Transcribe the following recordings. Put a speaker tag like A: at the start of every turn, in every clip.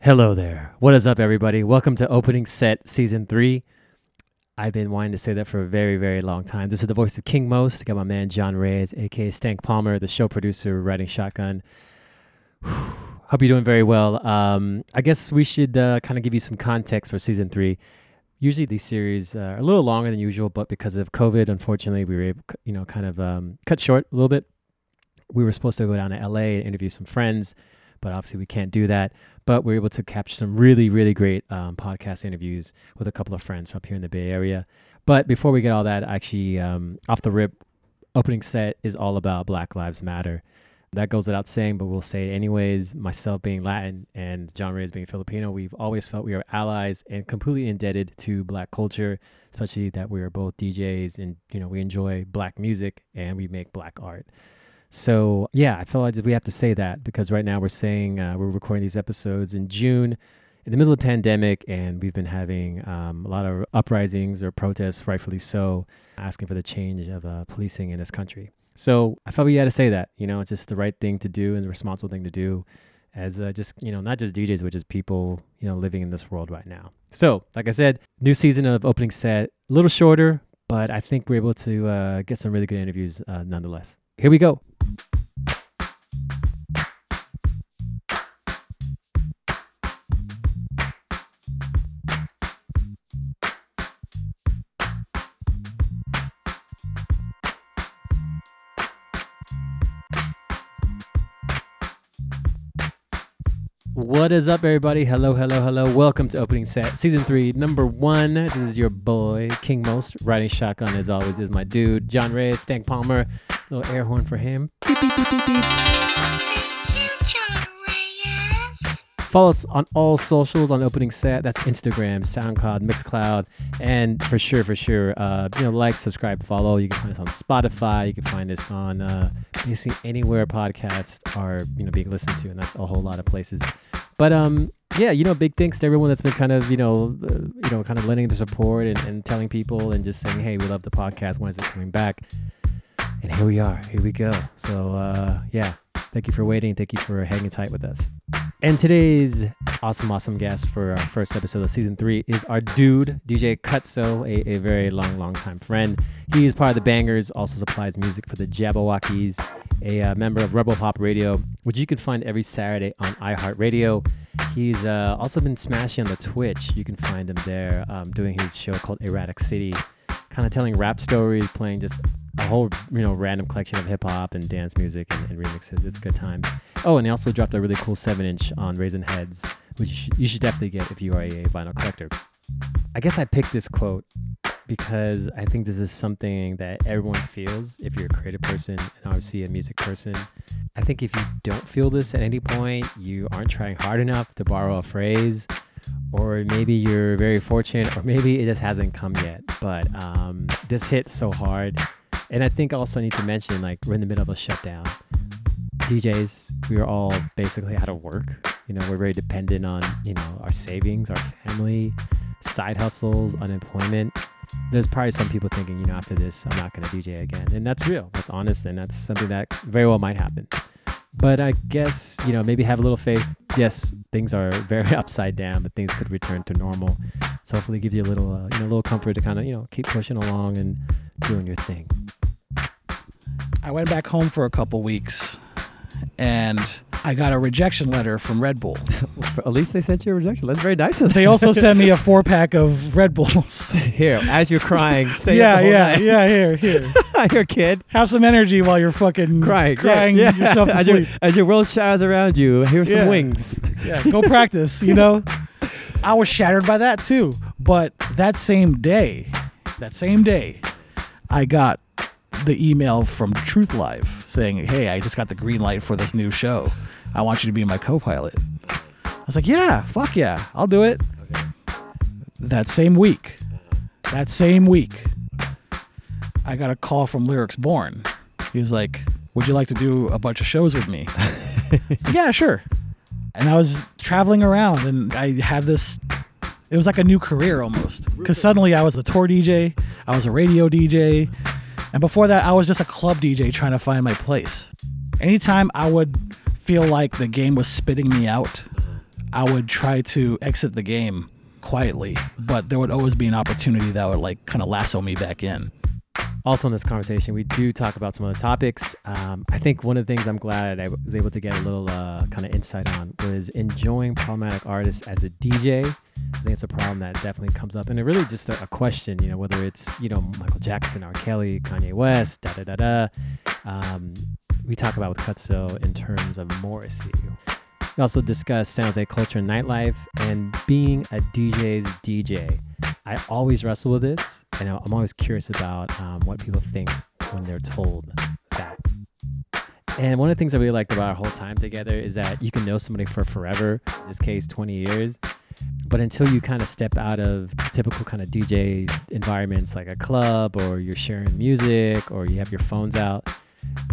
A: Hello there. What is up, everybody? Welcome to Opening Set Season 3. I've been wanting to say that for a very, very long time. This is the voice of King Most. I got my man John Reyes, aka Stank Palmer, the show producer, writing Shotgun. Hope you're doing very well. Um, I guess we should uh, kind of give you some context for Season 3. Usually these series uh, are a little longer than usual, but because of COVID, unfortunately, we were able, you know, kind of um, cut short a little bit. We were supposed to go down to LA and interview some friends, but obviously we can't do that but we're able to capture some really, really great um, podcast interviews with a couple of friends from up here in the Bay Area. But before we get all that, actually, um, off the rip, opening set is all about Black Lives Matter. That goes without saying, but we'll say it anyways. Myself being Latin and John Reyes being Filipino, we've always felt we are allies and completely indebted to Black culture, especially that we are both DJs and you know we enjoy Black music and we make Black art. So yeah, I felt like we have to say that because right now we're saying uh, we're recording these episodes in June, in the middle of the pandemic, and we've been having um, a lot of uprisings or protests, rightfully so, asking for the change of uh, policing in this country. So I felt we had to say that, you know, it's just the right thing to do and the responsible thing to do, as uh, just you know, not just DJs, but just people, you know, living in this world right now. So like I said, new season of opening set, a little shorter, but I think we're able to uh, get some really good interviews uh, nonetheless. Here we go. What is up, everybody? Hello, hello, hello. Welcome to Opening Set, Season 3, Number 1. This is your boy, King Most. Riding shotgun, as always, is my dude, John Reyes, Stank Palmer. Little air horn for him. Beep, beep, beep, beep, beep.
B: Thank you, John Reyes.
A: Follow us on all socials on Opening Set. That's Instagram, SoundCloud, Mixcloud, and for sure, for sure, uh, you know, like, subscribe, follow. You can find us on Spotify. You can find us on uh, basically anywhere podcasts are you know being listened to, and that's a whole lot of places. But um, yeah, you know, big thanks to everyone that's been kind of you know, uh, you know, kind of lending their support and, and telling people and just saying, hey, we love the podcast. When is it coming back? And here we are. Here we go. So uh, yeah, thank you for waiting. Thank you for hanging tight with us. And today's awesome, awesome guest for our first episode of season three is our dude, DJ Cutso, a, a very long, long time friend. He is part of the Bangers, also supplies music for the Jabberwockies, a uh, member of Rebel Pop Radio, which you can find every Saturday on iHeartRadio. He's uh, also been smashing on the Twitch. You can find him there um, doing his show called Erratic City, kind of telling rap stories, playing just a whole you know random collection of hip hop and dance music and, and remixes. It's good times. Oh, and he also dropped a really cool seven inch on Raisin Heads, which you should, you should definitely get if you are a vinyl collector. I guess I picked this quote because I think this is something that everyone feels if you're a creative person and obviously a music person. I think if you don't feel this at any point, you aren't trying hard enough to borrow a phrase, or maybe you're very fortunate, or maybe it just hasn't come yet. But um, this hit so hard. And I think also I need to mention like we're in the middle of a shutdown. DJs, we are all basically out of work. You know, we're very dependent on, you know, our savings, our family, side hustles, unemployment. There's probably some people thinking, you know, after this, I'm not going to DJ again. And that's real. That's honest. And that's something that very well might happen. But I guess, you know, maybe have a little faith. Yes, things are very upside down, but things could return to normal. So hopefully it gives you a little, uh, you know, a little comfort to kind of, you know, keep pushing along and doing your thing.
C: I went back home for a couple weeks and I got a rejection letter from Red Bull.
A: At least they sent you a rejection. That's very nice of them.
C: They also sent me a four pack of Red Bulls.
A: Here, as you're crying, stay
C: yeah,
A: up the whole
C: yeah,
A: night.
C: yeah, here, here.
A: your kid
C: Have some energy while you're fucking
A: crying,
C: crying
A: yeah, yeah.
C: yourself to
A: as
C: sleep.
A: Your, as your world showers around you, here's some
C: Yeah.
A: wings.
C: Yeah, go practice, you know? I was shattered by that too. But that same day, that same day, I got the email from Truth Live saying, Hey, I just got the green light for this new show. I want you to be my co pilot. I was like, Yeah, fuck yeah, I'll do it. That same week, that same week, I got a call from Lyrics Born. He was like, Would you like to do a bunch of shows with me? I was like, yeah, sure. And I was traveling around and I had this it was like a new career almost. Cuz suddenly I was a tour DJ, I was a radio DJ, and before that I was just a club DJ trying to find my place. Anytime I would feel like the game was spitting me out, I would try to exit the game quietly, but there would always be an opportunity that would like kind of lasso me back in.
A: Also, in this conversation, we do talk about some other topics. Um, I think one of the things I'm glad I was able to get a little uh, kind of insight on was enjoying problematic artists as a DJ. I think it's a problem that definitely comes up, and it really just a, a question, you know, whether it's you know Michael Jackson, R. Kelly, Kanye West, da da da da. Um, we talk about with Kutso in terms of Morrissey. We also discuss San Jose culture and nightlife and being a DJ's DJ. I always wrestle with this, and I- I'm always curious about um, what people think when they're told that. And one of the things I really liked about our whole time together is that you can know somebody for forever, in this case, 20 years. But until you kind of step out of typical kind of DJ environments like a club or you're sharing music or you have your phones out,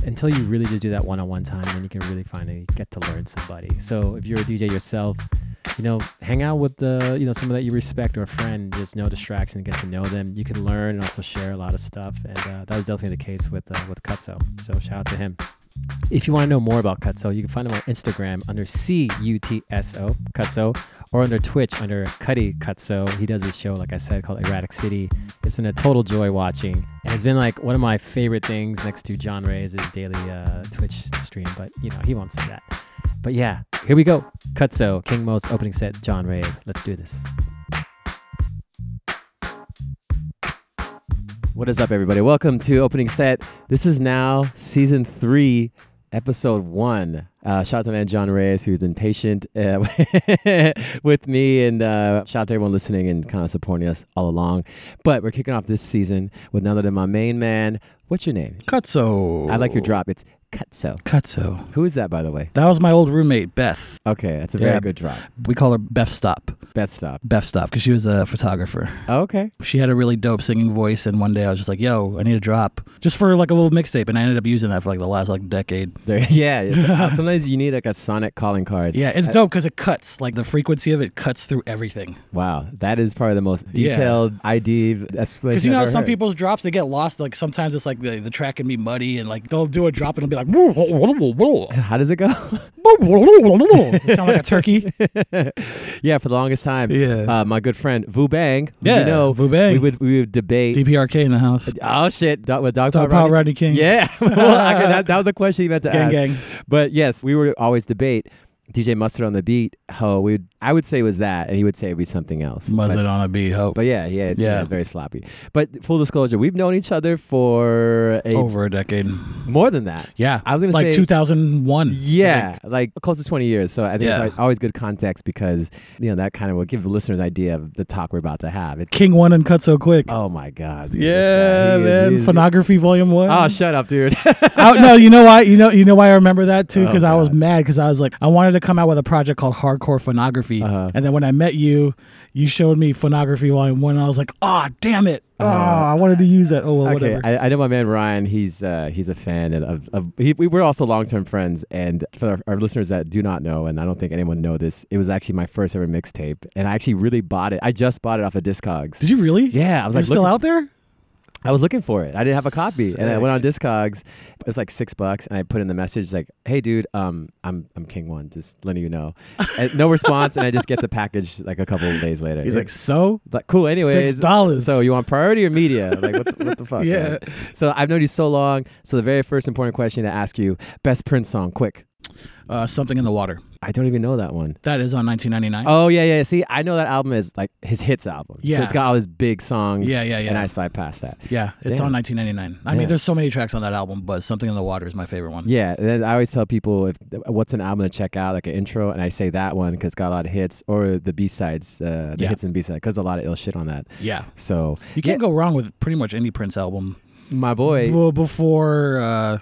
A: until you really just do that one-on-one time then you can really finally get to learn somebody so if you're a dj yourself you know hang out with the you know someone that you respect or a friend just no distraction get to know them you can learn and also share a lot of stuff and uh, that was definitely the case with uh, with Kutso. so shout out to him if you want to know more about Kutso, you can find him on Instagram under C U T S O Kutso, or under Twitch under Cuddy Kutso. He does this show, like I said, called Erratic City. It's been a total joy watching, and it's been like one of my favorite things next to John Ray's his daily uh, Twitch stream. But you know, he won't say that. But yeah, here we go. Kutso, King Mo's opening set, John Ray's. Let's do this. What is up, everybody? Welcome to opening set. This is now season three, episode one. Uh, shout out to my man John Reyes, who's been patient uh, with me, and uh, shout out to everyone listening and kind of supporting us all along. But we're kicking off this season with none other than my main man. What's your name?
C: Cutso.
A: I like your drop. It's Cutso.
C: Cutso.
A: Who is that, by the way?
C: That was my old roommate, Beth.
A: Okay, that's a very
C: Yeah.
A: good drop.
C: We call her Beth Stop.
A: Beth stop. Oh,
C: Beth Stop, because she was a photographer.
A: Okay.
C: She had a really dope singing voice, and one day I was just like, yo, I need a drop. Just for like a little mixtape, and I ended up using that for like the last like decade.
A: There, yeah. it's- uh, sometimes you need like a sonic calling card.
C: Yeah, it's dope because it cuts. Like the frequency of it cuts through everything.
A: Wow, that is probably the most
C: Yeah.
A: detailed ID explanation.
C: Because you
A: I've
C: know,
A: ever
C: some
A: heard.
C: people's drops they get lost. Like sometimes it's like the, the track can be muddy, and like they'll do a drop and it'll be like
A: How does it go?
C: sound like a turkey.
A: yeah, for the longest time.
C: Yeah.
A: Uh, my good friend Vu Bang. who
C: Yeah,
A: You know,
C: Vu Bang.
A: We would we would debate.
C: DPRK in the house.
A: Oh shit! Dog, with dog
C: Dog
A: Pound
C: Pound Rodney King.
A: Yeah, well, I could- that, that was a question you meant to
C: Gang,
A: ask.
C: gang.
A: But yes, we would always debate. DJ Mustard on the beat. Ho, we would, I would say it was that, and he would say it'd be something else.
C: Muzz
A: But-
C: it on a beat, hope.
A: But yeah, yeah, yeah,
C: Yeah.
A: very sloppy. But full disclosure, we've known each other for a,
C: Over a decade.
A: more than that.
C: Yeah.
A: I was gonna
C: like
A: say-
C: 2001. I
A: Yeah,
C: think.
A: like close to 20 years. So I think
C: Yeah.
A: it's always good context because, you know, that kind of will give the listeners an idea of the talk we're about to have. It,
C: King One and Cut So Quick.
A: oh my God. dude, this
C: yeah,
A: guy, he is-
C: man.
A: he is-
C: Phonography Volume One.
A: Oh, shut up, dude.
C: I, no, you know why? You know, you know why I remember that too?
A: Oh,
C: Because I was
A: God.
C: mad because I was like, I wanted to come out with a project called Hardcore Phonography,
A: Uh-huh.
C: and then when I met you, you showed me Phonography Volume One, and I was like, ah, damn it! Oh, I wanted to use that. Oh well,
A: Uh-huh. okay,
C: whatever.
A: I, I know my man Ryan. He's uh, he's a fan and of, of he, we were also long term friends. And for our, our listeners that do not know, and I don't think anyone know this, it was actually my first ever mixtape, and I actually really bought it. I just bought it off of Discogs.
C: Did you really?
A: yeah, I was
C: You're
A: like
C: still
A: looking-
C: out there?
A: I was looking for it. I didn't have a copy, and I went on
C: Sick.
A: Discogs. It was like six bucks, and I put in the message like, "Hey, dude, um, I'm I'm King One, just letting you know." And no response, and I just get the package like a couple of days later.
C: He's
A: It-
C: like, so
A: like, cool. Anyways,
C: six dollars.
A: so you want priority or media? Like, what the, what the fuck?
C: Yeah.
A: man? So I've known you so long. So the very first important question to ask you: best Prince song, quick.
C: uh, something in the water.
A: I don't even know that one.
C: That is on 1999.
A: Oh yeah, yeah. See, I know that album is like his hits album.
C: Yeah.
A: it's got all his big songs.
C: Yeah, yeah, yeah.
A: And I slide past that.
C: yeah, it's
A: damn.
C: on 1999. I
A: Yeah.
C: mean, there's so many tracks on that album, but something in the water is my favorite one.
A: Yeah, and then I always tell people if what's an album to check out, like an intro, and I say that one because it's got a lot of hits, or the B sides, uh, the
C: Yeah.
A: hits and B side, because a lot of ill shit on that.
C: Yeah.
A: So
C: You can't go wrong with pretty much any Prince album.
A: my boy.
C: Well, before uh,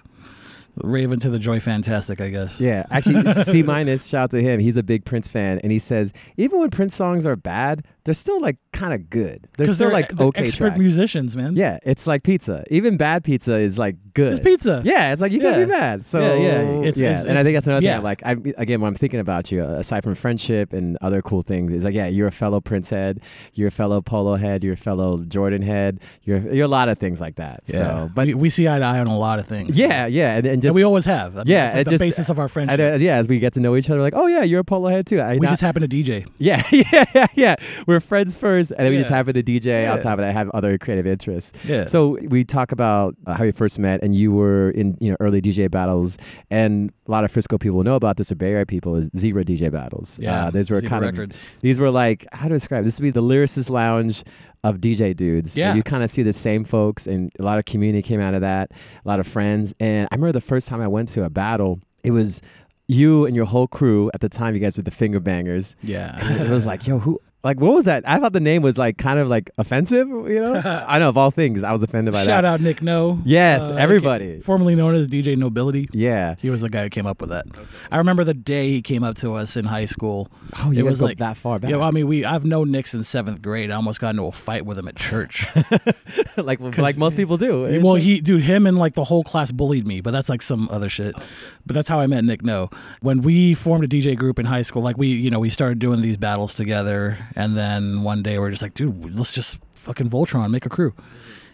C: Raven to the Joy Fantastic, I guess.
A: Yeah, actually, C minus. Shout out to him. He's a big Prince fan, and he says even when Prince songs are bad, They're still like kind of good. They're
C: Because
A: still
C: they're e,
A: like
C: they're
A: okay
C: expert
A: tracks.
C: musicians, man.
A: Yeah, it's like pizza. Even bad pizza is like good.
C: It's pizza.
A: Yeah, it's like you
C: Yeah.
A: can't be mad. So
C: Yeah,
A: yeah,
C: yeah, it's- it's-
A: and I
C: it's-
A: think that's another
C: yeah.
A: thing. I like I, again, when I'm thinking about you, uh, aside from friendship and other cool things, is like yeah, you're a fellow Prince head, you're a fellow Polo head, you're a fellow Jordan head, you're you're a lot of things like that. So, but
C: we, we see eye to eye on a lot of things.
A: yeah, yeah, and, and just
C: and we always have. I mean,
A: yeah,
C: it's like
A: it
C: the
A: just-
C: basis of our friendship.
A: and, uh, yeah, as we get to know each other, like oh yeah, you're a Polo head too. I
C: we
A: not-
C: just happen to DJ.
A: yeah, yeah, yeah, yeah. We're friends first, and then we just
C: Yeah.
A: happen to DJ
C: Yeah.
A: on top of that. Have other creative interests.
C: Yeah.
A: So we talk about uh, how we first met, and you were in you know early DJ battles, and a lot of Frisco people know about this or Bay Area people is zero DJ battles.
C: Yeah,
A: Uh, these were
C: Zebra
A: kind
C: Records.
A: of these were like how to describe this would be the lyricist lounge of DJ dudes.
C: Yeah.
A: And you kind of see the same folks, and a lot of community came out of that, a lot of friends. And I remember the first time I went to a battle, it was. You and your whole crew at the time, you guys were the finger bangers.
C: Yeah.
A: And it was like, yo, who? Like, what was that? I thought the name was like kind of like offensive, you know? I know of all things, I was offended by
C: Shout
A: that.
C: out Oh, Nick No. Uh,
A: Yes, everybody.
C: Formerly known as DJ Nobility.
A: Yeah.
C: He was the guy who came up with that. I remember the day he came up to us in high school.
A: Oh, you guys go that far back.
C: Yeah, well, I mean, we I've known Nick since seventh grade. I almost got into a fight with him at church.
A: like, like most people do. It's
C: well,
A: like-
C: he dude, him and like the whole class bullied me, but that's like some other shit. But that's how I met Nick No. When we formed a DJ group in high school, like we you know we started doing these battles together, and then one day we're just like, dude, let's just fucking Voltron make a crew.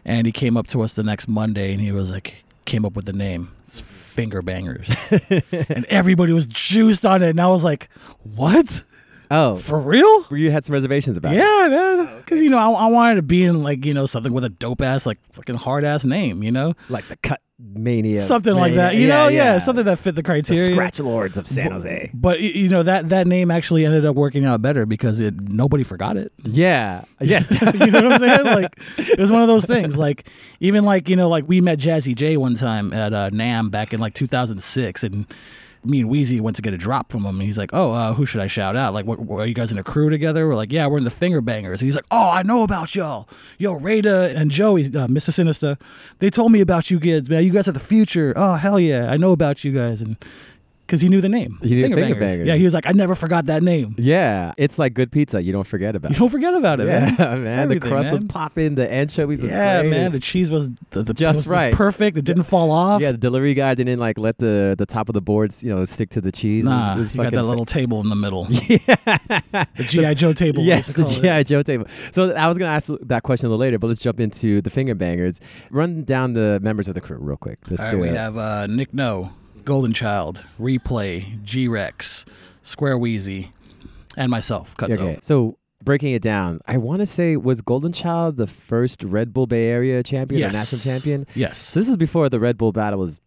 C: And he came up to us the next Monday, and he was like, came up with the name. It's Finger Bangers, and everybody was juiced on it. And I was like, what?
A: oh,
C: For real?
A: you had some reservations about it.
C: Yeah, man. Because you know, I, I wanted to be in like you know something with a dope ass, like fucking hard ass name, you know,
A: Like the cut mania.
C: something like
A: Mania.
C: that. You know, yeah, something that fit the
A: The
C: criteria.
A: scratch lords of San Jose.
C: But y- you know that that name actually ended up working out better because it nobody forgot it.
A: Yeah. Yeah.
C: you know what I'm saying? Like it was one of those things. Like even like you know like we met Jazzy J one time at uh, Nam back in like 2006, and me and Wheezy went to get a drop from him, and he's like, "Oh, uh, who should I shout out? Like, what, what- are you guys in a crew together?" We're like, "Yeah, we're in the Finger Bangers." And he's like, "Oh, I know about y'all. Yo, Rada and Joey, uh, Mr. Sinister, they told me about you kids, man. You guys are the future. Oh, hell yeah, I know about you guys." And because he knew the name,
A: He knew Finger Bangers.
C: Yeah, he was like, "I never forgot that name."
A: yeah. It's like good pizza. You don't forget about
C: You don't forget about it,
A: it. Yeah,
C: man.
A: man. The
C: Everything,
A: crust was
C: man.
A: popping. The anchovies was
C: Yeah,
A: great.
C: man, the cheese was the, the
A: Just
C: was
A: right.
C: perfect. It didn't fall off.
A: Yeah, the delivery guy didn't like let the the top of the boards, you know, stick to the cheese. It was-
C: nah,
A: it was
C: you got
A: fucking
C: that
A: fa-
C: little table in the middle. Yeah, the GI Joe table. we
A: Yes,
C: used
A: the
C: to call it.
A: GI Joe table. So I was gonna ask that question a little later, but let's jump into the finger bangers. Run down the members of the crew real quick. Let's
C: All right,
A: do
C: we
A: it.
C: have uh, Nick No, Golden Child, Replay, G Rex, Square Wheezy, and myself. Cutzo.
A: okay, so breaking it down, I want to say was Golden Child the first Red Bull Bay Area champion
C: Yes.
A: or national champion?
C: Yes.
A: So this was before the Red Bull battle was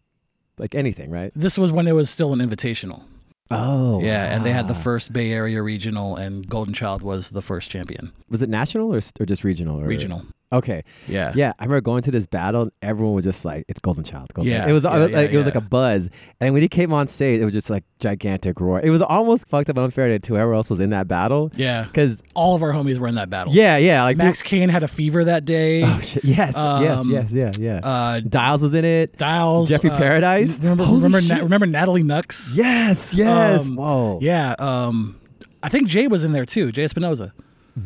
A: like anything, right?
C: this was when it was still an invitational.
A: Oh,
C: yeah, and they had the
A: wow.
C: first Bay Area regional, and Golden Child was the first champion.
A: Was it national or, st- or just regional? Or?
C: Regional.
A: Okay.
C: Yeah.
A: Yeah, I remember going to this battle and everyone was just like, "It's Golden Child." Golden
C: Yeah,
A: Child. it was uh,
C: yeah,
A: like
C: yeah,
A: it was
C: yeah.
A: like a buzz. And when he came on stage, it was just like gigantic roar. It was almost fucked up and unfair to whoever else was in that battle.
C: Yeah.
A: because
C: All of our homies were in that battle.
A: yeah, yeah, like
C: Oh. Max Kane had a fever that day.
A: Oh, shit. Yes, yes,
C: Um,
A: yes, yeah, yeah.
C: uh,
A: Dials was in it.
C: Dials,
A: Jeffrey Paradise?
C: n- Remember,
A: Holy
C: remember,
A: shit.
C: Na- remember Natalie Nux?
A: yes, yes.
C: Um,
A: Whoa.
C: Yeah. Um, I think Jay was in there too. Jay Espinoza.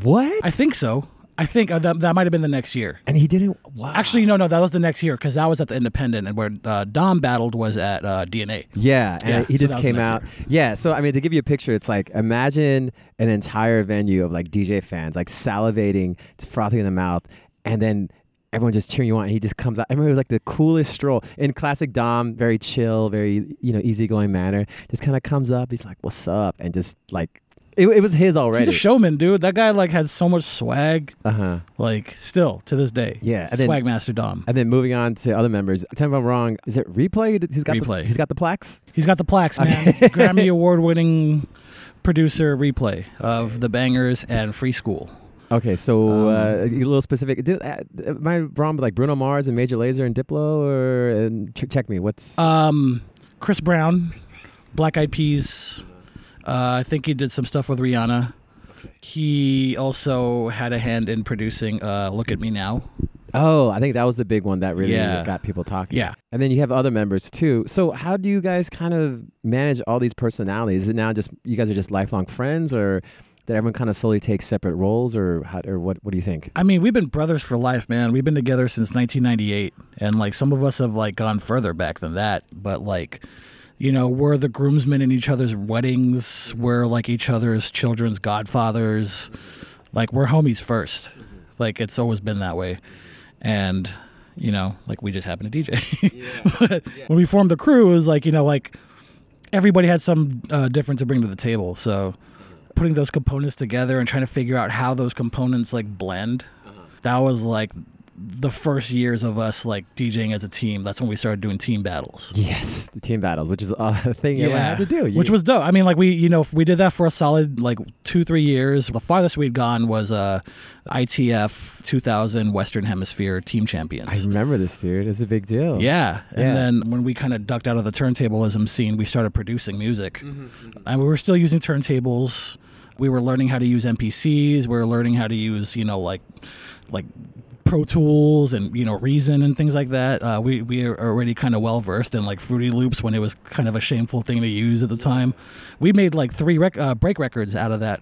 A: What?
C: I think so. I think uh, that, that might have been the next year.
A: And he didn't. Wow.
C: Actually, no, no, that was the next year because that was at the Independent, and where uh, Dom battled was at uh, DNA.
A: Yeah, and
C: Yeah,
A: he
C: so
A: just
C: that was
A: came
C: next
A: out. Yeah, so I mean, to give you a picture, it's like imagine an entire venue of like DJ fans, like salivating, frothing in the mouth, and then everyone just cheering you on. And he just comes out. I remember it was like the coolest stroll in classic Dom, very chill, very you know easygoing manner. Just kind of comes up. He's like, "What's up?" and just like it, it was his already.
C: He's a showman, dude. That guy like had so much swag,
A: uh huh.
C: like still to this day.
A: Yeah, and then-
C: swag master Dom.
A: And then moving on to other members. Tell me if I'm wrong. Is it replay? He's got
C: Replay.
A: The, he's got the plaques.
C: He's got the plaques, man. Grammy award winning producer replay of the bangers and Free School.
A: Okay, so uh, a
C: Um,
A: little specific. Did, uh, am I wrong? With like Bruno Mars and Major Lazer and Diplo, or and ch- check me. What's
C: Um, Chris Brown, Black Eyed Peas. Uh, I think he did some stuff with Rihanna. He also had a hand in producing uh, "Look at Me Now."
A: oh? I think that was the big one that really
C: yeah.
A: got people talking.
C: Yeah.
A: and then you have other members too. So how do you guys kind of manage all these personalities? Is it now just you guys are just lifelong friends, or Did everyone kind of slowly take separate roles, or how, or what? What do you think?
C: I mean, we've been brothers for life, man. We've been together since 1998, and like some of us have like gone further back than that. But like, you know, we're the groomsmen in each other's weddings. We're like each other's children's godfathers. Like we're homies first. Like it's always been that way, and you know, like we just happen to DJ. But When we formed the crew, it was like you know, like everybody had some uh, different to bring to the table. So putting those components together and trying to figure out how those components like blend, that was like the first years of us like DJing as a team. That's when we started doing team battles.
A: Yes, the team battles, which is a thing everyone had to do, You-
C: which was dope. I mean, like we, you know, we did that for a solid like two, three years. The farthest we'd gone was uh, ITF 2000 Western Hemisphere Team
A: I
C: Champions.
A: remember this, dude. It's a big deal.
C: yeah, and
A: Yeah.
C: then when we kind of ducked out of the turntablism scene, we started producing music, and we were still using turntables. We were learning how to use MPCs. We were learning how to use, you know, like, like Pro Tools and you know Reason and things like that. Uh, we we are already kind of well versed in like Fruity Loops when it was kind of a shameful thing to use at the time. We made like three rec- uh, break records out of that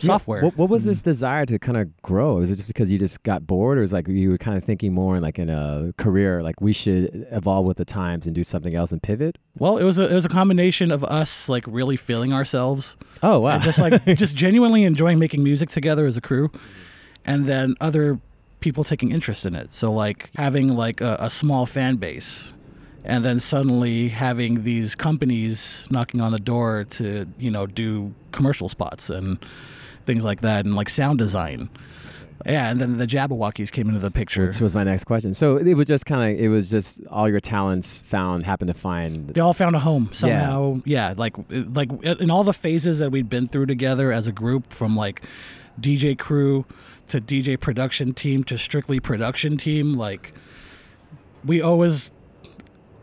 C: software.
A: What, what was this
C: Hmm.
A: desire to kind of grow? Is it just because you just got bored, or is like you were kind of thinking more in like in a career, like we should evolve with the times and do something else and pivot?
C: Well, it was a it was a combination of us like really feeling ourselves.
A: Oh wow!
C: and just like just genuinely enjoying making music together as a crew and then other people taking interest in it so like having like a, a small fan base and then suddenly having these companies knocking on the door to you know do commercial spots and things like that and like sound design yeah and then the jabberwockies came into the picture
A: which was my next question. So it was just kind of it was just all your talents found happened to find.
C: they all found a home somehow. Yeah, like like in all the phases that we'd been through together as a group, from like DJ crew to DJ production team to strictly production team, like we always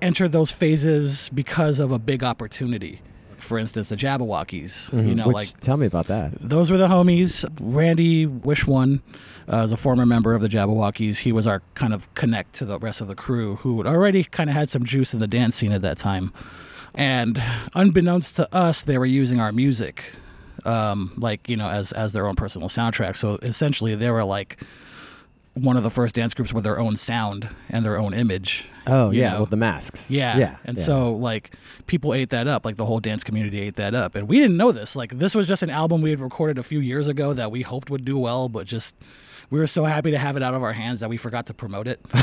C: enter those phases because of a big opportunity. For instance, the Jabberwockies, you know,
A: Mm-hmm. which,
C: like
A: tell me about that.
C: those were the homies. Randy Wish One uh, is a former member of the Jabberwockies. He was our kind of connect to the rest of the crew who had already kind of had some juice in the dance scene at that time. And unbeknownst to us, they were using our music, um, like, you know, as, as their own personal soundtrack. So essentially, they were like one of the first dance groups with their own sound and their own image.
A: Oh
C: you
A: yeah,
C: know?
A: with the masks.
C: Yeah.
A: yeah.
C: And
A: yeah.
C: so like people ate that up, like the whole dance community ate that up. And we didn't know this. Like this was just an album we had recorded a few years ago that we hoped would do well, but just we were so happy to have it out of our hands that we forgot to promote it.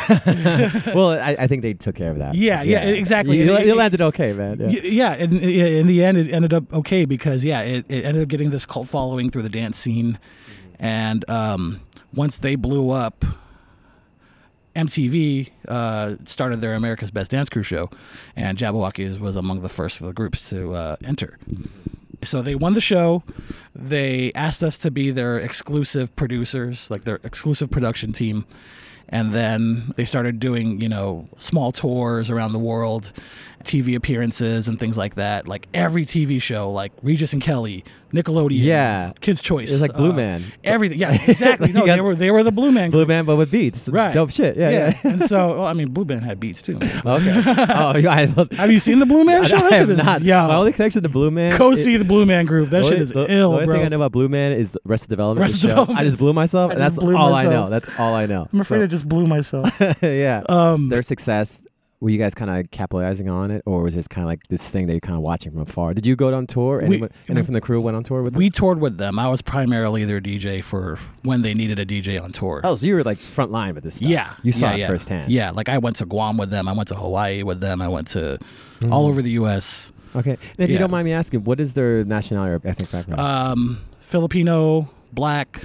A: well, I, I think they took care of that.
C: Yeah, yeah, exactly.
A: You,
C: It-
A: you
C: it-
A: landed okay, man. Yeah.
C: Y- yeah, and i- in the end, it ended up okay because yeah, it, it ended up getting this cult following through the dance scene, and um, once they blew up, MTV uh, started their America's Best Dance Crew show, and Jabberwockies was among the first of the groups to uh, enter. So they won the show. They asked us to be their exclusive producers, like their exclusive production team. And then they started doing, you know, small tours around the world, TV appearances and things like that. Like every TV show, like Regis and Kelly, Nickelodeon,
A: Yeah.
C: Kids Choice. uh,
A: It was like Blue Man.
C: Everything. Yeah, exactly. No,
A: Yeah.
C: they were they were the Blue Man.
A: Blue Man, but with beats.
C: Right.
A: Dope shit. Yeah, yeah.
C: and so, well, I mean, Blue Band had beats too.
A: okay. Oh, yeah, I love
C: Have you seen the Blue Man show?
A: I
C: That
A: have
C: shit is
A: not. My
C: yeah.
A: only connection to Blue Man.
C: Go
A: it-
C: see the Blue Man Groove. That
A: the
C: shit
A: only-
C: is
A: the,
C: ill,
A: the only
C: bro.
A: thing I know about Blue Man is Rest of Development.
C: Rest
A: the
C: of
A: show. I
C: Development.
A: just blew myself,
C: I
A: and
C: just
A: that's
C: blew
A: all I know.
C: myself.
A: That's all I know.
C: I'm afraid
A: So-
C: I just blew myself.
A: yeah.
C: Um,
A: Their success. Were you guys kind of capitalizing on it, or was it kind of like this thing that you're kind of watching from afar? Did you go on tour?
C: We-
A: Anyone, anyone from the crew went on tour with?
C: we
A: this?
C: toured with them. I was primarily their DJ for when they needed a DJ on tour.
A: Oh, so you were like front line with this stuff.
C: Yeah,
A: you saw
C: yeah,
A: it
C: yeah.
A: firsthand.
C: Yeah, like I went to Guam with them. I went to Hawaii with them. I went to all over the U.S.
A: Mm-hmm. Okay. And if you
C: Yeah.
A: don't mind me asking, what is their nationality or ethnic background?
C: um, Filipino, black.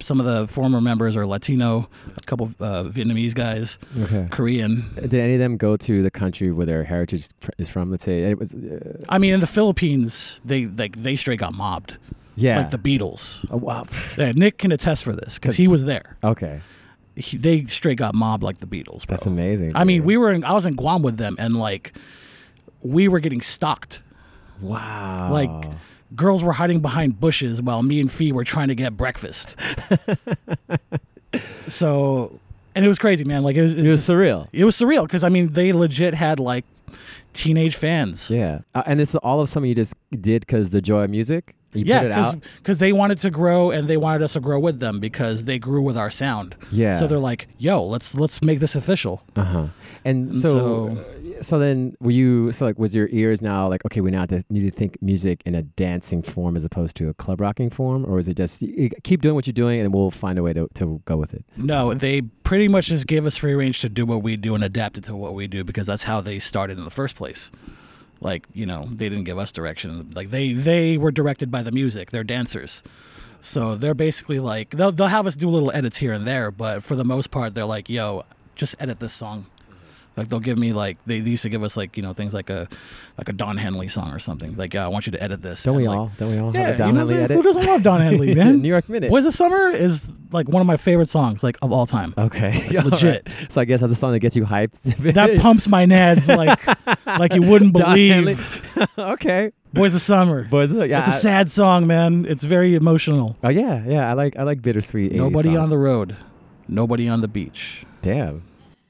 C: Some of the former members are Latino, a couple of uh, Vietnamese guys,
A: okay.
C: Korean.
A: Did any of them go to the country where their heritage fr- is from? Let's say it was. Uh,
C: I mean, in the Philippines, they like they straight got mobbed,
A: yeah.
C: like the Beatles.
A: Oh, wow.
C: Yeah, Nick can attest for this because he was there.
A: Okay.
C: He, they straight got mobbed like the Beatles. Bro.
A: That's amazing.
C: I mean,
A: dude.
C: we were in, I was in Guam with them, and like we were getting stalked.
A: Wow.
C: Like girls were hiding behind bushes while me and Fee were trying to get breakfast. so, and it was crazy, man. Like it was, it
A: it was
C: was,
A: surreal.
C: it was surreal because I mean they legit had like teenage fans.
A: Yeah. Uh, and it's all of something you just did because the joy of music. You put it
C: yeah,
A: out.
C: because they wanted to grow and they wanted us to grow with them because they grew with our sound.
A: Yeah.
C: So they're like, "Yo, let's let's make this official."
A: Uh huh. And so, so, then were you? So like, was your ears now like, okay, we now th- need to think music in a dancing form as opposed to a club rocking form, or is it just y- y- keep doing what you're doing and we'll find a way to, to go with it?
C: No, they pretty much just gave us free range to do what we do and adapt it to what we do because that's how they started in the first place. Like, you know, they didn't give us direction. Like they they were directed by the music. They're dancers. So they're basically like they'll they'll have us do little edits here and there, but for the most part they're like, "Yo, just edit this song." Like they'll give me like they, they used to give us like, you know, things like a like a Don Henley song or something. Like, "Yeah, I want you to edit this."
A: Don't we
C: And, like,
A: all? Don't we all
C: yeah,
A: have a
C: you know what I'm
A: dominantly
C: saying?
A: edit?
C: Who doesn't love Don Henley, man?
A: New York Minute.
C: Boys of Summer is like one of my favorite songs, like of all time.
A: okay, All right.
C: legit.
A: So I guess that's the song that gets you hyped.
C: That pumps my nads like like you wouldn't
A: Don Henley.
C: believe.
A: okay,
C: Boys of Summer.
A: but uh, yeah,
C: it's a
A: I-
C: sad song, man. It's very emotional.
A: Oh yeah, yeah. I like I like bittersweet. 80s
C: Nobody
A: songs.
C: on the road. Nobody on the beach.
A: damn.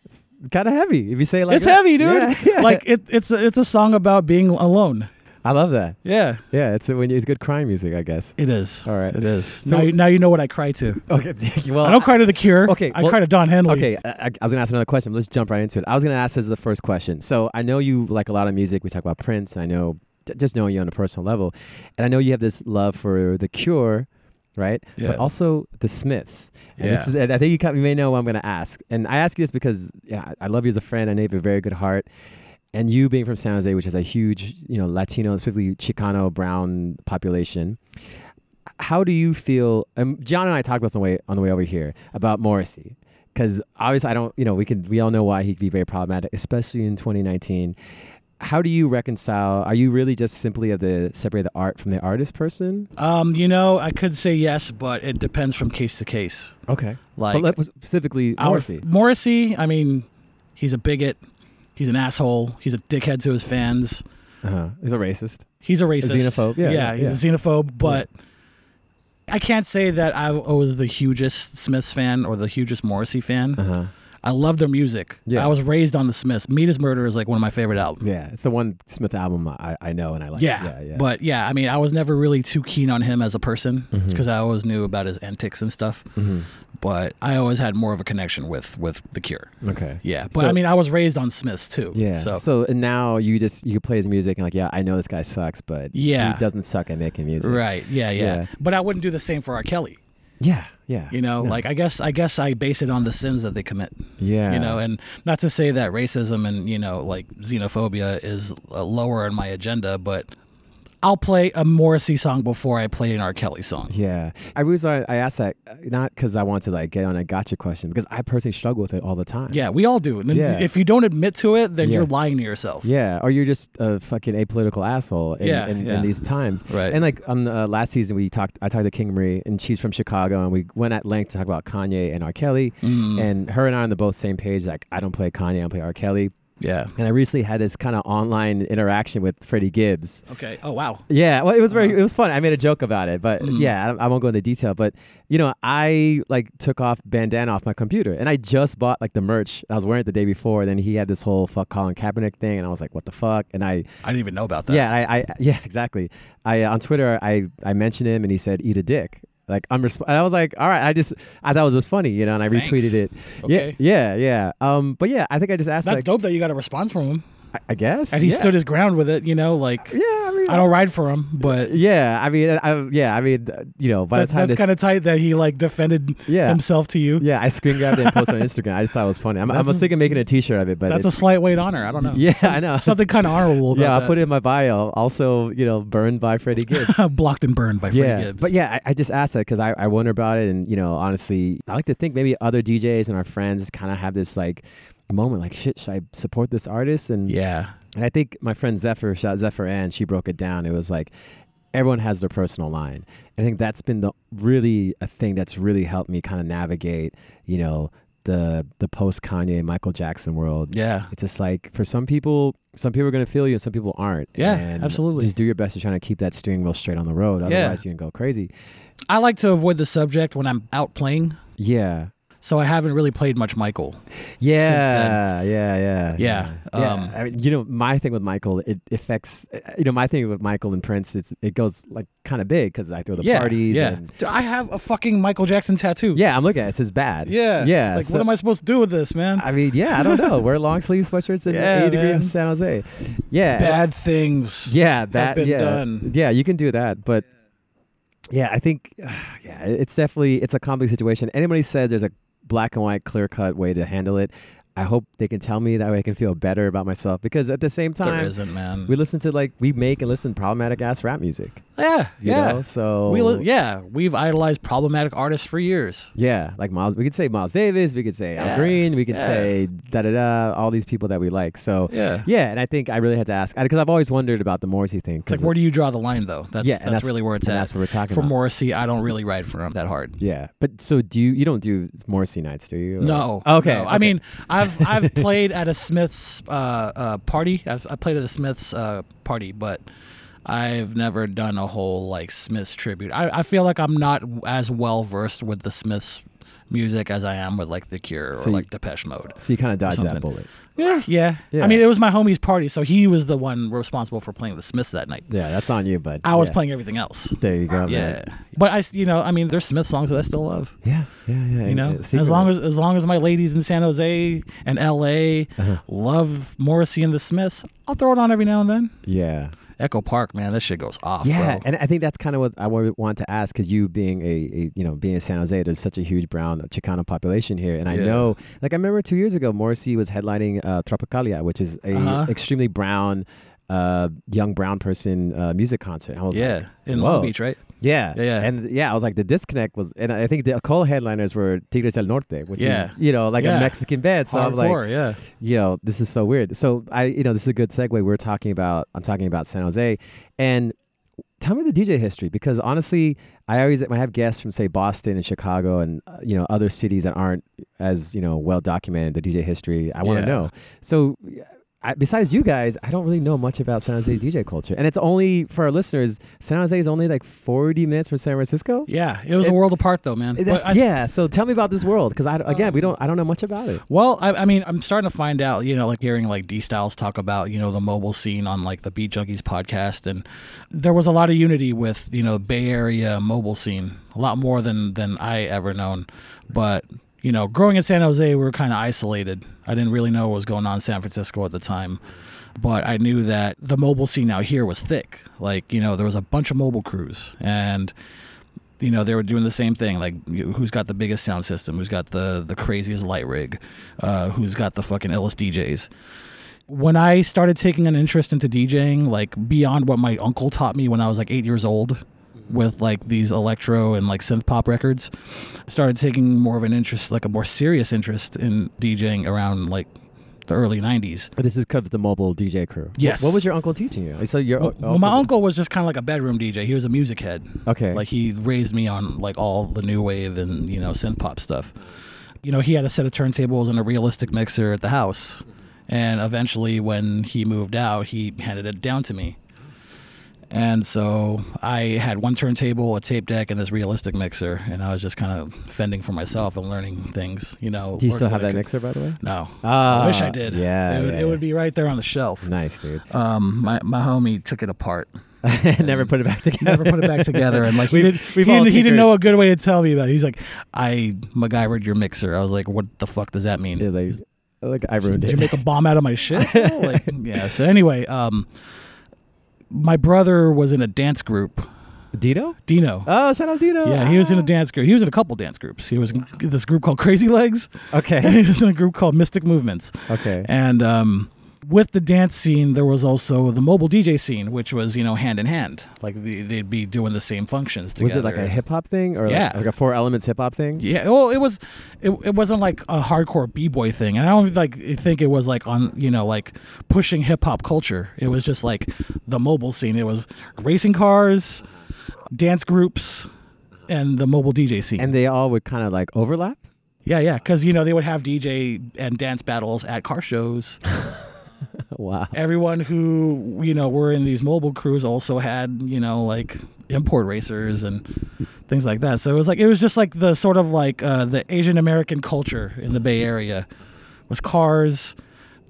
A: It's kind of heavy if you say it like
C: it's
A: that.
C: heavy, dude.
A: Yeah, yeah.
C: Like it, it's a, it's a song about being alone.
A: I love that.
C: Yeah,
A: Yeah, it's when you- it's good crime music, I guess.
C: it is.
A: All right.
C: it is.
A: So-
C: now, you- now you know what I cry to.
A: Okay, well,
C: I don't cry to the Cure.
A: okay,
C: I
A: well-
C: cry to Don Henley.
A: Okay, I, I I was gonna ask another question. But let's jump right into it. I was gonna ask this as the first question. So I know you like a lot of music. We talk about Prince, and I know j- just knowing you on a personal level, and I know you have this love for The Cure, right?
C: Yeah.
A: But also The Smiths. And this
C: Yeah.
A: is, and I think you, kind- you may know what I'm gonna ask, and I ask you this because yeah, I love you as a friend. I know you have a very good heart. And you being from San Jose, which is a huge, you know, Latino, specifically Chicano, brown population, how do you feel? Um, John and I talked about this on the way on the way over here about Morrissey because obviously I don't. You know, we can we all know why he could be very problematic, especially in 2019. How do you reconcile? Are you really just simply of the separate the art from the artist person?
C: Um, you know, I could say yes, but it depends from case to case.
A: Okay,
C: Like-
A: but let- specifically
C: Our-
A: Morrissey.
C: Morrissey, I mean, he's a bigot. He's an asshole. He's a dickhead to his fans.
A: uh-huh. He's a racist.
C: He's a racist.
A: xenophobe. Yeah, yeah,
C: he's a xenophobe, but I can't say that I was the hugest Smiths fan or the hugest Morrissey fan.
A: Uh-huh.
C: I love their music.
A: Yeah.
C: I was raised on the Smiths. Meat is Murder is like one of my favorite albums.
A: Yeah, it's the one Smith album I, I know and I like.
C: Yeah.
A: yeah, yeah.
C: But yeah, I mean, I was never really too keen on him as a person
A: Mm-hmm.
C: because I always knew about his antics and stuff. But I always had more of a connection with with The Cure.
A: okay,
C: Yeah, but
A: So-
C: I mean, I was raised on Smiths too.
A: Yeah. So,
C: So,
A: and now you just you play his music and like, yeah, I know this guy sucks, but
C: Yeah.
A: he doesn't suck at making music.
C: right. Yeah, yeah,
A: Yeah.
C: But I wouldn't do the same for R. Kelly.
A: Yeah. Yeah.
C: You know,
A: No.
C: like I guess I guess I base it on the sins that they commit.
A: Yeah.
C: You know, and not to say that racism and you know like xenophobia is uh, lower on my agenda, but I'll play a Morrissey song before I play an R. Kelly song.
A: Yeah, I reason why I asked that uh, not because I want to like get on a gotcha question because I personally struggle with it all the time.
C: Yeah, we all do. And
A: Yeah.
C: if you don't admit to it, then
A: Yeah.
C: you're lying to yourself.
A: Yeah, or you're just a fucking apolitical asshole in,
C: Yeah,
A: in,
C: yeah.
A: in these times.
C: Right.
A: And like on the uh, last season, we talked. I talked to King Marie, and she's from Chicago, and we went at length to talk about Kanye and R. Kelly.
C: Mm-hmm.
A: And her and I are on the both same page. Like, I don't play Kanye, I play R. Kelly.
C: Yeah.
A: And I recently had this kind of online interaction with Freddie Gibbs.
C: Okay. Oh wow.
A: Yeah, well, it was very,
C: Uh-huh.
A: it was fun. I made a joke about it, but
C: Mm.
A: yeah, I, don't- I won't go into detail. But you know, I like took off bandana off my computer, and I just bought like the merch. I was wearing it the day before. And then he had this whole fuck Colin Kaepernick thing, and I was like, what the fuck? And I,
C: I didn't even know about that.
A: yeah, I, I yeah, exactly. I uh, on Twitter, I I mentioned him, and he said, eat a dick. Like I'm, resp- and I was like, all right. I just, I thought it was just funny, you know, and I
C: Thanks.
A: retweeted it.
C: Okay.
A: Yeah, yeah, yeah. Um, but yeah, I think I just asked,
C: That's
A: like,
C: dope that you got a response from him,
A: I, I guess,
C: and he
A: yeah.
C: stood his ground with it. You know, like
A: Yeah, I mean,
C: I don't ride for him, but
A: Yeah, I mean, I, yeah, I mean, uh, you know, by
C: that's
A: the time
C: that's
A: this-
C: kind of tight that he like defended
A: Yeah.
C: himself to you.
A: Yeah, I screen grabbed it and posted on Instagram. I just thought it was funny. I'm, I'm
C: That's a-
A: thinking of making a T-shirt of it, but
C: That's a
A: it's-
C: slight weight honor. I don't know.
A: yeah, I know.
C: Something kind of honorable. About
A: yeah, I put it in my bio. Also, you know, burned by Freddie Gibbs.
C: it blocked and burned by
A: yeah,
C: Freddie Gibbs.
A: but yeah, I, I just asked that because I, I wonder about it, and you know, honestly, I like to think maybe other DJs and our friends kind of have this like moment, like shit, should I support this artist? And
C: yeah,
A: and I think my friend Zephyr, shout out Zephyr Ann, she broke it down. It was like everyone has their personal line. I think that's been the really a thing that's really helped me kind of navigate, you know, the the post Kanye Michael Jackson world.
C: yeah,
A: It's just like for some people, some people are gonna feel you, and some people aren't.
C: Yeah,
A: And
C: absolutely.
A: Just do your best to trying to keep that steering wheel straight on the road.
C: Yeah.
A: Otherwise, you can go crazy.
C: I like to avoid the subject when I'm out playing.
A: Yeah.
C: So I haven't really played much Michael.
A: yeah,
C: then.
A: yeah, yeah,
C: Yeah, um,
A: I mean, you know, my thing with Michael, it affects. You know, my thing with Michael and Prince, it's it goes like kind of big because I throw the
C: Yeah,
A: parties.
C: yeah.
A: and,
C: I have a fucking Michael Jackson tattoo.
A: yeah. I'm looking at it, it says bad.
C: yeah,
A: yeah.
C: Like,
A: so-
C: what am I supposed to do with this, man?
A: I mean, yeah, I don't know. Wear long sleeve sweatshirts in
C: Yeah,
A: 80 degree
C: man.
A: in San Jose. Yeah.
C: Bad things.
A: Yeah, that
C: been
A: yeah.
C: done.
A: Yeah, you can do that, but yeah, I think yeah, it- it's definitely it's a complex situation. Anybody says there's a black and white clear cut way to handle it. I hope they can tell me that way I can feel better about myself because at the same
C: there
A: time
C: isn't, man.
A: we listen to like we make and listen to problematic ass rap music.
C: yeah,
A: You
C: yeah.
A: know? So
C: We li- yeah, we've idolized problematic artists for years.
A: Yeah, like Miles. We could say Miles Davis. We could say Al
C: Yeah,
A: Green. We could
C: yeah.
A: say da da da. All these people that we like. So
C: Yeah.
A: yeah. And I think I really had to ask because I've always wondered about the Morrissey thing.
C: It's
A: 'cause
C: like, where do you draw the line, though? That's
A: Yeah, and
C: that's,
A: that's-
C: really where it's
A: and
C: at.
A: that's what we're talking
C: for
A: about.
C: Morrissey, I don't really write for him that hard.
A: yeah, but so do you? You don't do Morrissey nights, do you? Or-
C: No.
A: Oh, Okay.
C: no.
A: okay.
C: I mean, I've I've played at a Smiths uh, uh, party. I've I played at a Smiths uh, party, but I've never done a whole like Smiths tribute. I, I feel like I'm not as well versed with the Smiths music as I am with like The Cure or
A: So you-
C: like Depeche Mode.
A: so you kind of dodged that
C: something.
A: bullet.
C: Yeah, yeah,
A: Yeah.
C: I mean, it was my homie's party, so he was the one responsible for playing the Smiths that night.
A: Yeah, that's on you, bud.
C: I was
A: Yeah.
C: playing everything else.
A: There you go.
C: Yeah,
A: Man.
C: but I, s- you know, I mean, there's Smith songs that I still love.
A: Yeah. Yeah. Yeah.
C: You know, as long as as long as my ladies in San Jose and L.A. love Morrissey and the Smiths, I'll throw it on every now and then.
A: Yeah.
C: Echo Park, man, that shit goes off.
A: Yeah,
C: bro.
A: and I think that's kind of what I wa- want to ask because you being a, a you know being in San Jose, there's such a huge brown Chicano population here, and I
C: Yeah.
A: know like I remember two years ago Morrissey was headlining uh, Tropicalia, which is a
C: Uh-huh.
A: extremely brown. Uh, young brown person uh, music concert. I was
C: yeah,
A: like,
C: in
A: whoa.
C: Long Beach, right?
A: Yeah.
C: Yeah, yeah.
A: and yeah, I was like the disconnect was, and I think the co-headliners were Tigres del Norte, which
C: Yeah.
A: is you know like a
C: Yeah.
A: Mexican band. So I'm like,
C: Hardcore, yeah.
A: you know, this is so weird. So I, you know, this is a good segue. We're talking about, I'm talking about San Jose, and tell me the DJ history because honestly, I always when I have guests from say Boston and Chicago and uh, you know other cities that aren't as you know well documented the DJ history. I want to
C: Yeah.
A: know. So. I, besides you guys, I don't really know much about San Jose DJ culture, and it's only for our listeners. San Jose is only like forty minutes from San Francisco.
C: Yeah, it was a world apart, though, man. But
A: That's-
C: I- Uh,
A: yeah. So tell me about this world, because I again we don't I don't know much about it.
C: Well, I, I mean, I'm starting to find out, you know, like hearing like D Styles talk about, you know, the mobile scene on like the Beat Junkies podcast, and there was a lot of unity with, you know, Bay Area mobile scene, a lot more than than I ever known. But you know, growing in San Jose, we were kind of isolated. I didn't really know what was going on in San Francisco at the time, but I knew that the mobile scene out here was thick. Like, you know, there was a bunch of mobile crews, and you know they were doing the same thing like you- who's got the biggest sound system who's got the the craziest light rig uh, who's got the fucking illest djs when i started taking an interest into djing like beyond what my uncle taught me when i was like eight years old with like these electro and like synth pop records started taking more of an interest like a more serious interest in djing around like the early 90s
A: But this is because of the mobile DJ crew. Wh-
C: Yes.
A: What, was your uncle teaching you? Oh, So your
C: well,
A: uncle-
C: my uncle was just kind of like a bedroom DJ. He was a music head.
A: Okay.
C: Like he raised me on like all the new wave and you know synth pop stuff. You know, he had a set of turntables and a realistic mixer at the house, and eventually when he moved out, he handed it down to me. And so I had one turntable, a tape deck, and this realistic mixer, and I was just kind of fending for myself and learning things. You know,
A: Do you
C: learning
A: still have
C: what I
A: that mixer,
C: could-
A: by the way?
C: No,
A: Ah,
C: I wish I did.
A: yeah,
C: it would,
A: yeah,
C: it
A: yeah.
C: would be right there on the shelf.
A: Nice, dude.
C: Um, my my homie took it apart.
A: Never put it back together.
C: Never put it back together, and like he
A: We've-
C: did,
A: we've
C: he,
A: all
C: didn't, he
A: tinkered.
C: didn't know a good way to tell me about. it. He's like, I MacGyvered your mixer. I was like, what the fuck does that mean?
A: Yeah, like, like, I ruined
C: Did you
A: it.
C: make a bomb out of my shit? like, yeah. So anyway, um, my brother was in a dance group,
A: Dino?
C: Dino.
A: Oh, shout out Dino.
C: yeah, he was in a
A: Ah.
C: dance group. He was in a couple dance groups. He was in this group called Crazy Legs. and
A: Okay.
C: he was in a group called Mystic Movements.
A: Okay.
C: And um, with the dance scene, there was also the mobile DJ scene, which was you know hand in hand, like the, they'd be doing the same
A: was
C: functions together.
A: it like a hip hop thing or like-
C: Yeah.
A: like, a four elements hip hop thing?
C: Yeah, well, it was, it, it wasn't like a hardcore b boy thing, and I don't like think it was like on you know like pushing hip hop culture. It was just like the mobile scene. It was racing cars, dance groups, and the mobile DJ scene.
A: And they all would kind of like overlap.
C: Yeah, yeah, because you know they would have DJ and dance battles at car shows,
A: wow.
C: everyone who you know were in these mobile crews also had you know like import racers and things like that so it was like it was just like the sort of like uh, the asian american culture in the bay area was cars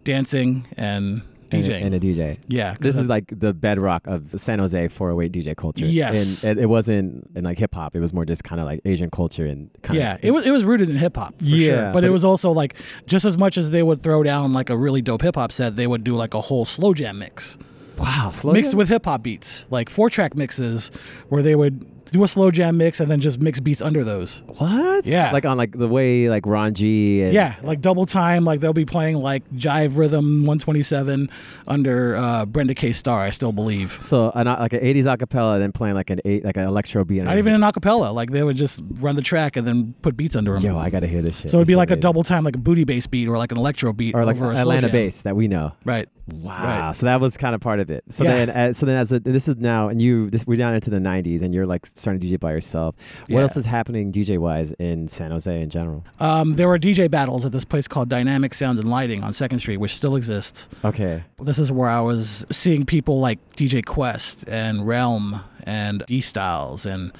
C: dancing and
A: And a-
C: djing
A: and a DJ.
C: yeah
A: This is like the bedrock of the San Jose 408 DJ culture.
C: Yes.
A: and, and it wasn't in like hip hop. It was more just kind of like Asian culture and kind
C: yeah
A: of
C: it was it was rooted in hip-hop for
A: Yeah,
C: sure but,
A: but
C: it
A: it-
C: was also like just as much as they would throw down like a really dope hip-hop set they would do like a whole slow jam mix
A: wow slow
C: mixed
A: jam?
C: with hip hop beats, like four track mixes, where they would do a slow jam mix and then just mix beats under those.
A: what
C: Yeah.
A: like on like the way like Ron G and
C: Yeah, like double time, like they'll be playing like Jive Rhythm 127 under uh, Brenda K. Star, I still believe.
A: so an, like an 80s acapella and then playing like an eight like an electro beat. and
C: Not even an acapella, like they would just run the track and then put beats under them.
A: everything. yo I gotta hear this shit.
C: so it'd be
A: This
C: like a
A: amazing.
C: double time, like a booty bass beat or like an electro beat
A: or like
C: over a slow
A: Atlanta
C: jam.
A: bass that we know.
C: Right.
A: Wow. So that was kind of part of it. So
C: Yeah.
A: then, uh, so then, as a, this is now, and you, this, we're down into the '90s, and you're like starting to DJ by yourself. What
C: Yeah.
A: else is happening DJ wise in San Jose in general?
C: Um, there were DJ battles at this place called Dynamic Sounds and Lighting on Second Street, which still exists.
A: Okay.
C: this is where I was seeing people like DJ Quest and Realm and D Styles and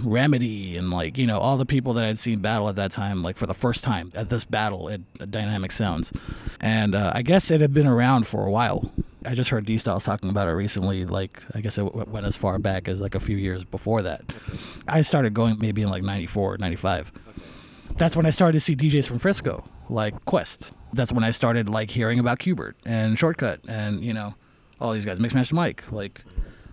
C: Remedy and like you know all the people that I'd seen battle at that time like for the first time at this battle at Dynamic Sounds, and uh, I guess it had been around for a while. I just heard D Styles talking about it recently. Like I guess it w- went as far back as like a few years before that. I started going maybe in like '94, '95 that's when I started to see DJs from Frisco, like Quest. That's when I started like hearing about Cubert and Shortcut and you know, all these guys, Mixmaster Mike, like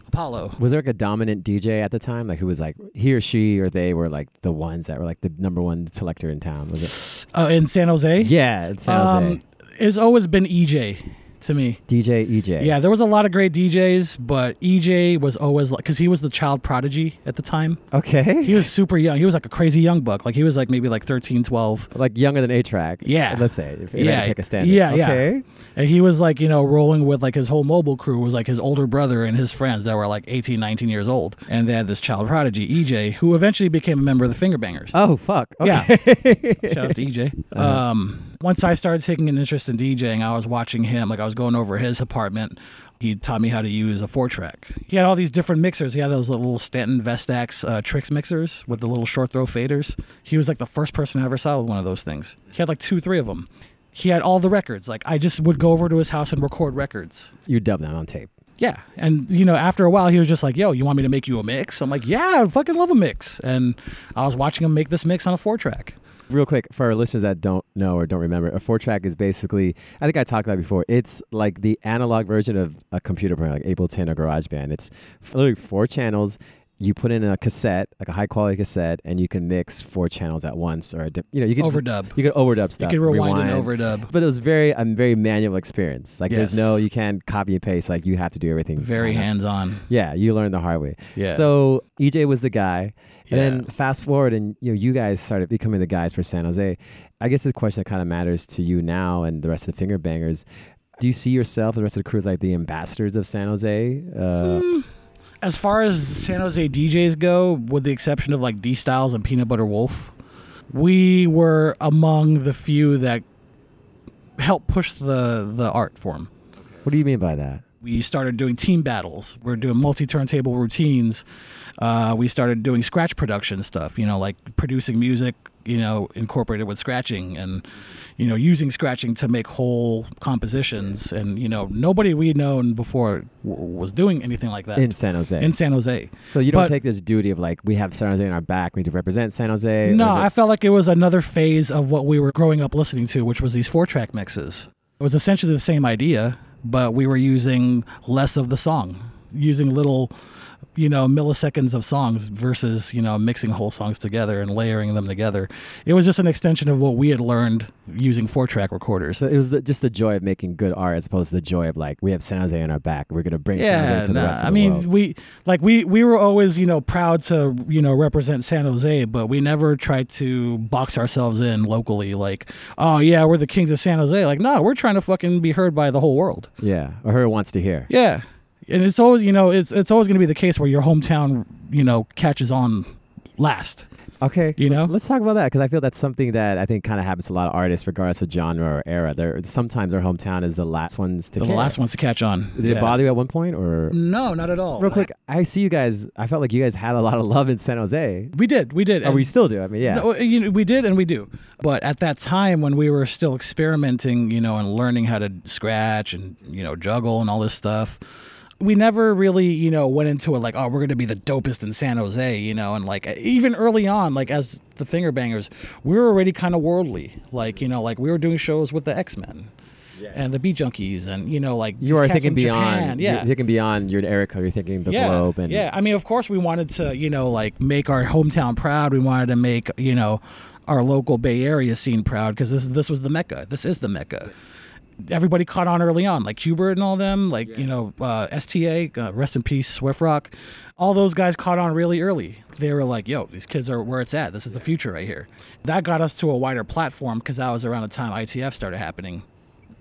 C: Apollo.
A: Was there like a dominant DJ at the time, like who was like he or she or they were like the ones that were like the number one selector in town? Was it?
C: Uh, in San Jose,
A: Yeah, in San
C: Um,
A: Jose.
C: it's always been EJ to me.
A: DJ EJ.
C: Yeah, there was a lot of great DJs, but EJ was always like, because he was the child prodigy at the time.
A: Okay.
C: He was super young. He was like a crazy young buck. Like he was like maybe like 13, 12.
A: like younger than A Track.
C: Yeah.
A: Let's say. If, if I had to
C: Yeah,
A: Pick a standard.
C: yeah, yeah.
A: Okay.
C: And he was like, you know, rolling with like his whole mobile crew was like his older brother and his friends that were like 18, 19 years old. And they had this child prodigy, EJ, who eventually became a member of the Fingerbangers.
A: Oh fuck. Okay.
C: Yeah. Shout out to EJ. Um, once I started taking an interest in DJing, I was watching him. Like I was going over his apartment. He taught me how to use a four track. He had all these different mixers. He had those little Stanton Vestax uh, Trix mixers with the little short throw faders. He was like the first person I ever saw with one of those things. He had like two, three of them. He had all the records. Like I just would go over to his house and record records.
A: You dub them on tape.
C: Yeah. And, you know, after a while, he was just like, yo, you want me to make you a mix? I'm like, yeah, I fucking love a mix. And I was watching him make this mix on a four track.
A: real quick for our listeners that don't know or don't remember a four track is basically i think i talked about it before it's like the analog version of a computer program like ableton or garageband it's literally four channels you put in a cassette like a high quality cassette and you can mix four channels at once or a di- you know you can just-
C: Overdub.
A: you can overdub stuff
C: could rewind and overdub.
A: but it was very a very manual experience like there's
C: Yes.
A: no you can't copy and paste like you have to do everything
C: very
A: kinda-
C: hands on.
A: yeah, you learned the hard way.
C: Yeah.
A: So EJ was the guy, and then
C: Yeah.
A: fast forward, and you know, you guys started becoming the guys for San Jose. I guess this question that kind of matters to you now and the rest of the finger bangers. Do you see yourself and the rest of the crew as like the ambassadors of San Jose? Uh,
C: As far as San Jose DJs go, with the exception of like D Styles and Peanut Butter Wolf, we were among the few that helped push the the art form.
A: What do you mean by that?
C: We started doing team battles. We are doing multi turntable routines. Uh, we started doing scratch production stuff. You know, like producing music. You know, incorporated with scratching and you know using scratching to make whole compositions. And you know, nobody we'd known before w- was doing anything like that
A: In San Jose.
C: in San Jose.
A: so you don't
C: But-
A: take this duty of like we have San Jose in our back. We need to represent San Jose. or
C: No,
A: is it-
C: I felt like it was another phase of what we were growing up listening to, which was these four track mixes. It was essentially the same idea, but we were using less of the song, using little, you know, milliseconds of songs versus, you know, mixing whole songs together and layering them together. It was just an extension of what we had learned using four track recorders.
A: so it was the, just the joy of making good art as opposed to the joy of like we have San Jose in our back. We're gonna bring San Jose to the
C: nah,
A: rest of
C: I
A: the
C: mean,
A: world.
C: we like we we were always you know proud to you know represent San Jose, but we never tried to box ourselves in locally. Like, oh yeah, we're the kings of San Jose. Like, no, we're trying to fucking be heard by the whole world.
A: Yeah, or her wants to hear.
C: Yeah, and it's always you know it's it's always going to be the case where your hometown you know catches on last.
A: Okay.
C: You know?
A: Let's talk about that because I feel that's something that I think kind of happens to a lot of artists, regardless of genre or era. They're, sometimes their hometown is the last ones to
C: The
A: care.
C: last ones to catch on.
A: Did it
C: Yeah.
A: bother you at one point or?
C: No, not at all.
A: Real quick, I see you guys. I felt like you guys had a lot of love in San Jose.
C: We did. We did.
A: Or
C: and-
A: we still do. I mean, yeah.
C: No, you know, we did and we do. But at that time when we were still experimenting, you know, and learning how to scratch and, you know, juggle and all this stuff, we never really, you know, went into it like, oh, we're going to be the dopest in San Jose, you know, and like even early on, like as the finger bangers, we were already kind of worldly. Like, you know, like we were doing shows with the X Men. And the Bee Junkies, and you know, like
A: you
C: these
A: are
C: cats
A: thinking
C: from
A: beyond.
C: Japan.
A: you're
C: Yeah,
A: thinking beyond your Erica. You're thinking the
C: yeah,
A: globe and
C: yeah. I mean, of course, we wanted to, you know, like make our hometown proud. We wanted to make, you know, our local Bay Area scene proud because this is this was the mecca. This is the mecca. Everybody caught on early on, like Hubert and all them, like you know, uh, STA, uh, rest in peace, Swift Rock. All those guys caught on really early. They were like, "Yo, these kids are where it's at. This is the future right here." That got us to a wider platform because that was around the time ITF started happening.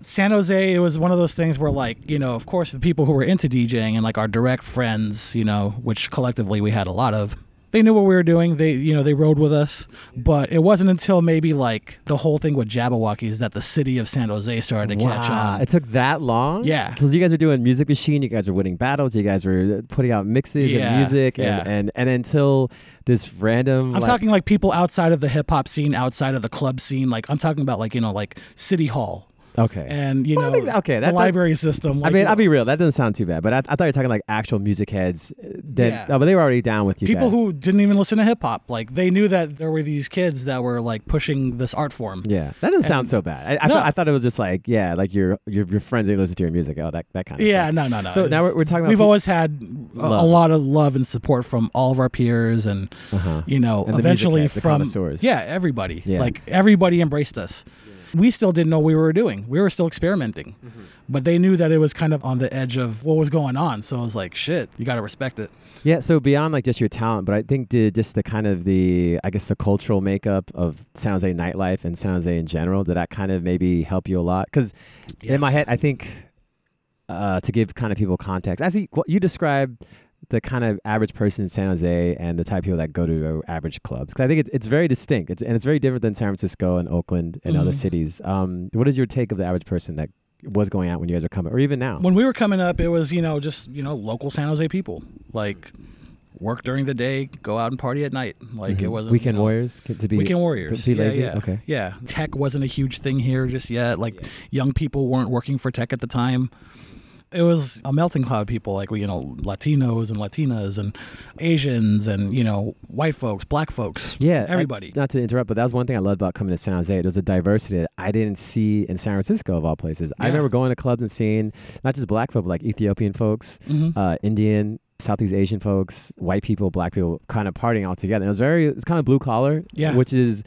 C: San Jose, it was one of those things where, like, you know, of course, the people who were into DJing and like our direct friends, you know, which collectively we had a lot of, they knew what we were doing. They, you know, they rode with us. But it wasn't until maybe like the whole thing with Jabberwockies that the city of San Jose started to catch
A: Wow,
C: on.
A: It took that long?
C: Yeah.
A: Because you guys were doing Music Machine, you guys were winning battles, you guys were putting out mixes and
C: Yeah,
A: music,
C: yeah.
A: and, and, and until this random.
C: I'm talking like people outside of the hip hop scene, outside of the club scene. Like, I'm talking about like, you know, like City Hall
A: Okay.
C: and, you
A: Well, I
C: know,
A: think- okay, that-
C: the
A: that-
C: library system.
A: I
C: like,
A: mean, I'll be real. That doesn't sound too bad, but I, I thought you were talking like actual music heads. uh, That,
C: Yeah.
A: oh, but they were already down with you.
C: people
A: guys.
C: who didn't even listen to hip hop. Like they knew that there were these kids that were like pushing this art form.
A: Yeah, that doesn't sound so bad. I, I,
C: No.
A: thought, I thought it was just like yeah, like your your, your friends who listen to your music. Oh, that that kind of
C: Yeah,
A: Stuff.
C: no, no, no.
A: So now
C: It's-
A: we're- we're talking about
C: We've
A: peop-
C: always had a, a
A: Love.
C: lot of love and support from all of our peers, and
A: Uh-huh.
C: you know,
A: And the music
C: eventually
A: heads, the
C: from
A: connoisseurs.
C: yeah, everybody.
A: Yeah.
C: Like everybody embraced us. We still didn't know what we were doing. We were still experimenting,
A: Mm-hmm.
C: but they knew that it was kind of on the edge of what was going on. So I was like, shit, you got to respect it.
A: Yeah, so beyond like just your talent, but I think the, just the kind of the I guess the cultural makeup of San Jose nightlife and San Jose in general did that kind of maybe help you a lot? Because in my
C: Yes.
A: head, I think uh, to give kind of people context, as you, what you described the kind of average person in San Jose and the type of people that go to uh, average clubs, 'Cause I think it, it's very distinct, it's, and it's very different than San Francisco and Oakland and
C: Mm-hmm.
A: other cities. Um, what is your take of the average person that was going out when you guys are coming, or even now?
C: when we were coming up, it was you know just you know local San Jose people like work during the day, go out and party at night. Like it wasn't
A: Mm-hmm. Weekend
C: you know,
A: warriors c- to be
C: Weekend warriors.
A: to be
C: yeah,
A: lazy.
C: yeah.
A: Okay.
C: Yeah. Tech wasn't a huge thing here just yet. Like young people weren't working for tech at the time. It was a melting pot of people, like we, you know, Latinos and Latinas and Asians and you know white folks, black folks.
A: Yeah, I- uh,
C: everybody.
A: not to interrupt, but that was one thing I loved about coming to San Jose. It was a diversity that I didn't see in San Francisco, of all places. I
C: Yeah.
A: remember going to clubs and seeing not just black folk, but like Ethiopian folks,
C: Mm-hmm.
A: uh, Indian, Southeast Asian folks, white people, black people, kind of partying all together. And it was very, it's kind of blue collar,
C: Yeah.
A: which is,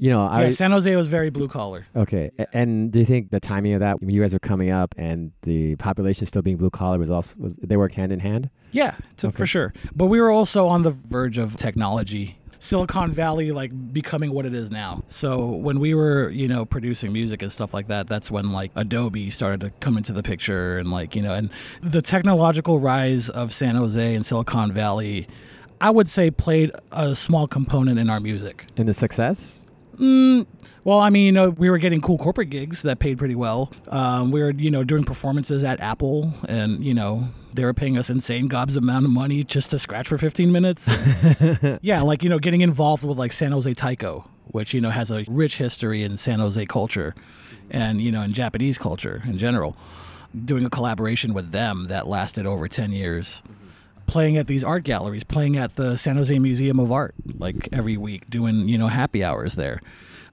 A: you know, I
C: yeah, San Jose was very blue collar.
A: okay. A- And do you think the timing of that, when you guys were coming up, and the population still being blue collar was also was they worked hand in hand?
C: Yeah, to, for sure. But we were also on the verge of technology. Silicon Valley like becoming what it is now. So when we were, you know, producing music and stuff like that, that's when like Adobe started to come into the picture and like, you know, and the technological rise of San Jose and Silicon Valley I would say played a small component in our music.
A: And the success.
C: Well, I mean, you know, we were getting cool corporate gigs that paid pretty well. Um, we were, you know, doing performances at Apple, and you know, they were paying us insane gobs amount of money just to scratch for 15 minutes. yeah, like you know, getting involved with like San Jose Taiko, which you know has a rich history in San Jose culture, and you know, in Japanese culture in general. Doing a collaboration with them that lasted over 10 years playing at these art galleries, playing at the San Jose Museum of Art, like every week, doing you know happy hours there.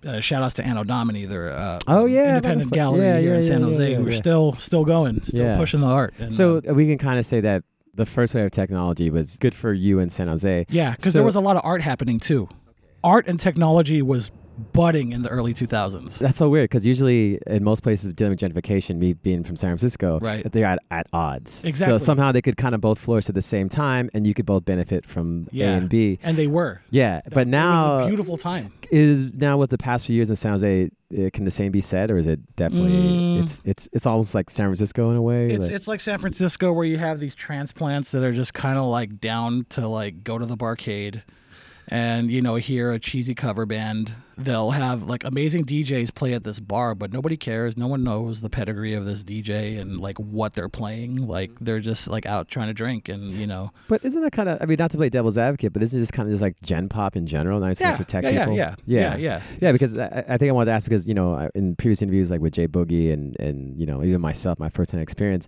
C: Uh, shout outs to Anno Domini, their uh,
A: Oh, yeah, I remember this
C: independent
A: pla-
C: gallery
A: yeah,
C: here
A: yeah,
C: in San
A: yeah,
C: Jose,
A: yeah,
C: who are
A: yeah.
C: still still going, still
A: Yeah.
C: pushing the art. And,
A: So
C: uh,
A: we can kind of say that the first wave of technology was good for you in San Jose.
C: yeah, because
A: So-
C: there was a lot of art happening too. Art and technology was budding in the early 2000s.
A: That's so weird because usually in most places dealing with gentrification, me being from San Francisco,
C: Right.
A: that they're at, at odds. So
C: Exactly.
A: somehow they could kind of both flourish at the same time, and you could both benefit from
C: Yeah,
A: A and B.
C: and they were.
A: Yeah, but
C: it
A: now
C: was a beautiful time.
A: is now with the past few years in San Jose, uh, can the same be said, or is it definitely
C: Mm.
A: it's it's it's almost like San Francisco in a way?
C: It's
A: like-
C: it's like San Francisco where you have these transplants that are just kind of like down to like go to the barcade and you know hear a cheesy cover band. They'll have like amazing DJs play at this bar, but nobody cares. No one knows the pedigree of this DJ and like what they're playing. Like they're just like out trying to drink and you know.
A: But isn't that kind of? I mean, not to play devil's advocate, but isn't it just kind of just like gen pop in general? Nice bunch
C: Yeah,
A: of tech
C: yeah, yeah,
A: people.
C: yeah, yeah, yeah.
A: yeah.
C: It's-
A: Because I, I think I wanted to ask because you know I- in previous interviews like with Jay Boogie and and you know even myself, my first hand experience,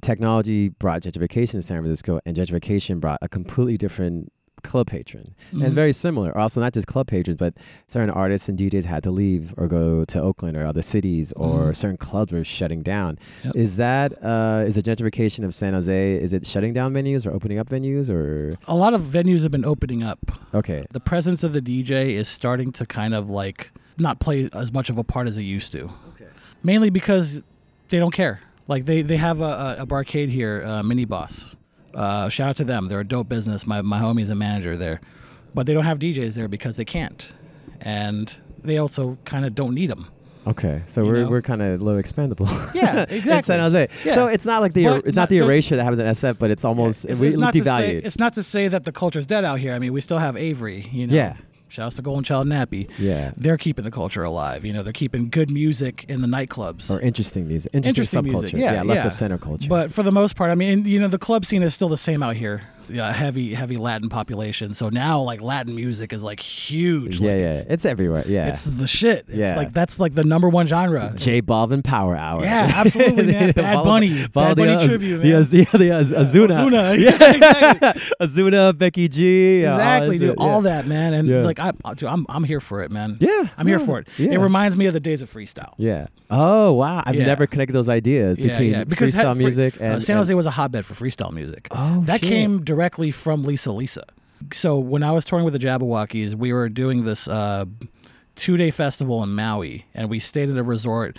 A: technology brought gentrification to San Francisco, and gentrification brought a completely different club patron and very similar also not just club patrons but certain artists and djs had to leave or go to oakland or other cities or certain clubs were shutting down
C: Yep.
A: is that uh is the gentrification of san jose is it shutting down venues or opening up venues or
C: A lot of venues have been opening up
A: okay
C: the presence of the DJ is starting to kind of like not play as much of a part as it used to.
A: Okay.
C: Mainly because they don't care. Like they, they have a, a, a barcade here, uh, Mini Boss. Uh, shout out to them. They're a dope business. My my homie's a manager there, but they don't have DJs there because they can't, and they also kind of don't need them.
A: Okay, so
C: You
A: we're
C: know?
A: we're kind of low expendable.
C: Yeah,
A: in
C: exactly.
A: San Jose.
C: Yeah.
A: So it's not like the er,
C: But
A: it's not
C: not-
A: the
C: there's-
A: erasure that happens in SF, but it's almost
C: It's,
A: we
C: it's not to say,
A: devalued.
C: it's not to say that the culture's dead out here. I mean, we still have Avery. You know.
A: Yeah.
C: Shouts to Golden Child Nappy.
A: Yeah.
C: They're keeping the culture alive. You know, they're keeping good music in the nightclubs.
A: or interesting music, interesting,
C: interesting
A: subculture.
C: music.
A: yeah,
C: Yeah,
A: left
C: yeah.
A: of center culture.
C: But for the most part, I mean, you know, the club scene is still the same out here. Yeah, heavy, heavy Latin population. So now, like, Latin music is like huge.
A: yeah,
C: like,
A: yeah,
C: It's,
A: it's, everywhere. Yeah,
C: it's the shit. It's
A: Yeah.
C: like that's like the number one genre.
A: J Balvin Power Hour.
C: Yeah, absolutely, man. Bad
A: Follow-
C: Bunny.
A: follow
C: Bad
A: the
C: Bunny
A: Az-
C: tribute,
A: The,
C: man.
A: Az- yeah, the Az- Azuna.
C: Ozuna.
A: Yeah.
C: Yeah, exactly.
A: Azuna, Becky G. yeah, all that
C: Exactly,
A: shit,
C: dude. All
A: yeah.
C: that, man. And
A: Yeah.
C: like, I, I- dude, I'm, I'm here for it, man.
A: Yeah,
C: I'm here
A: yeah,
C: for it.
A: yeah.
C: It reminds me of the days of freestyle.
A: Yeah. Oh wow, I've
C: Yeah.
A: never connected those ideas
C: Yeah,
A: between
C: yeah. Because
A: freestyle
C: he- fre-
A: music
C: uh,
A: and
C: San
A: and-
C: Jose was a hotbed for freestyle music.
A: Oh,
C: that
A: shit.
C: came directly from Lisa Lisa. So when I was touring with the Jabberwockies, we were doing this uh, two-day festival in Maui, and we stayed at a resort.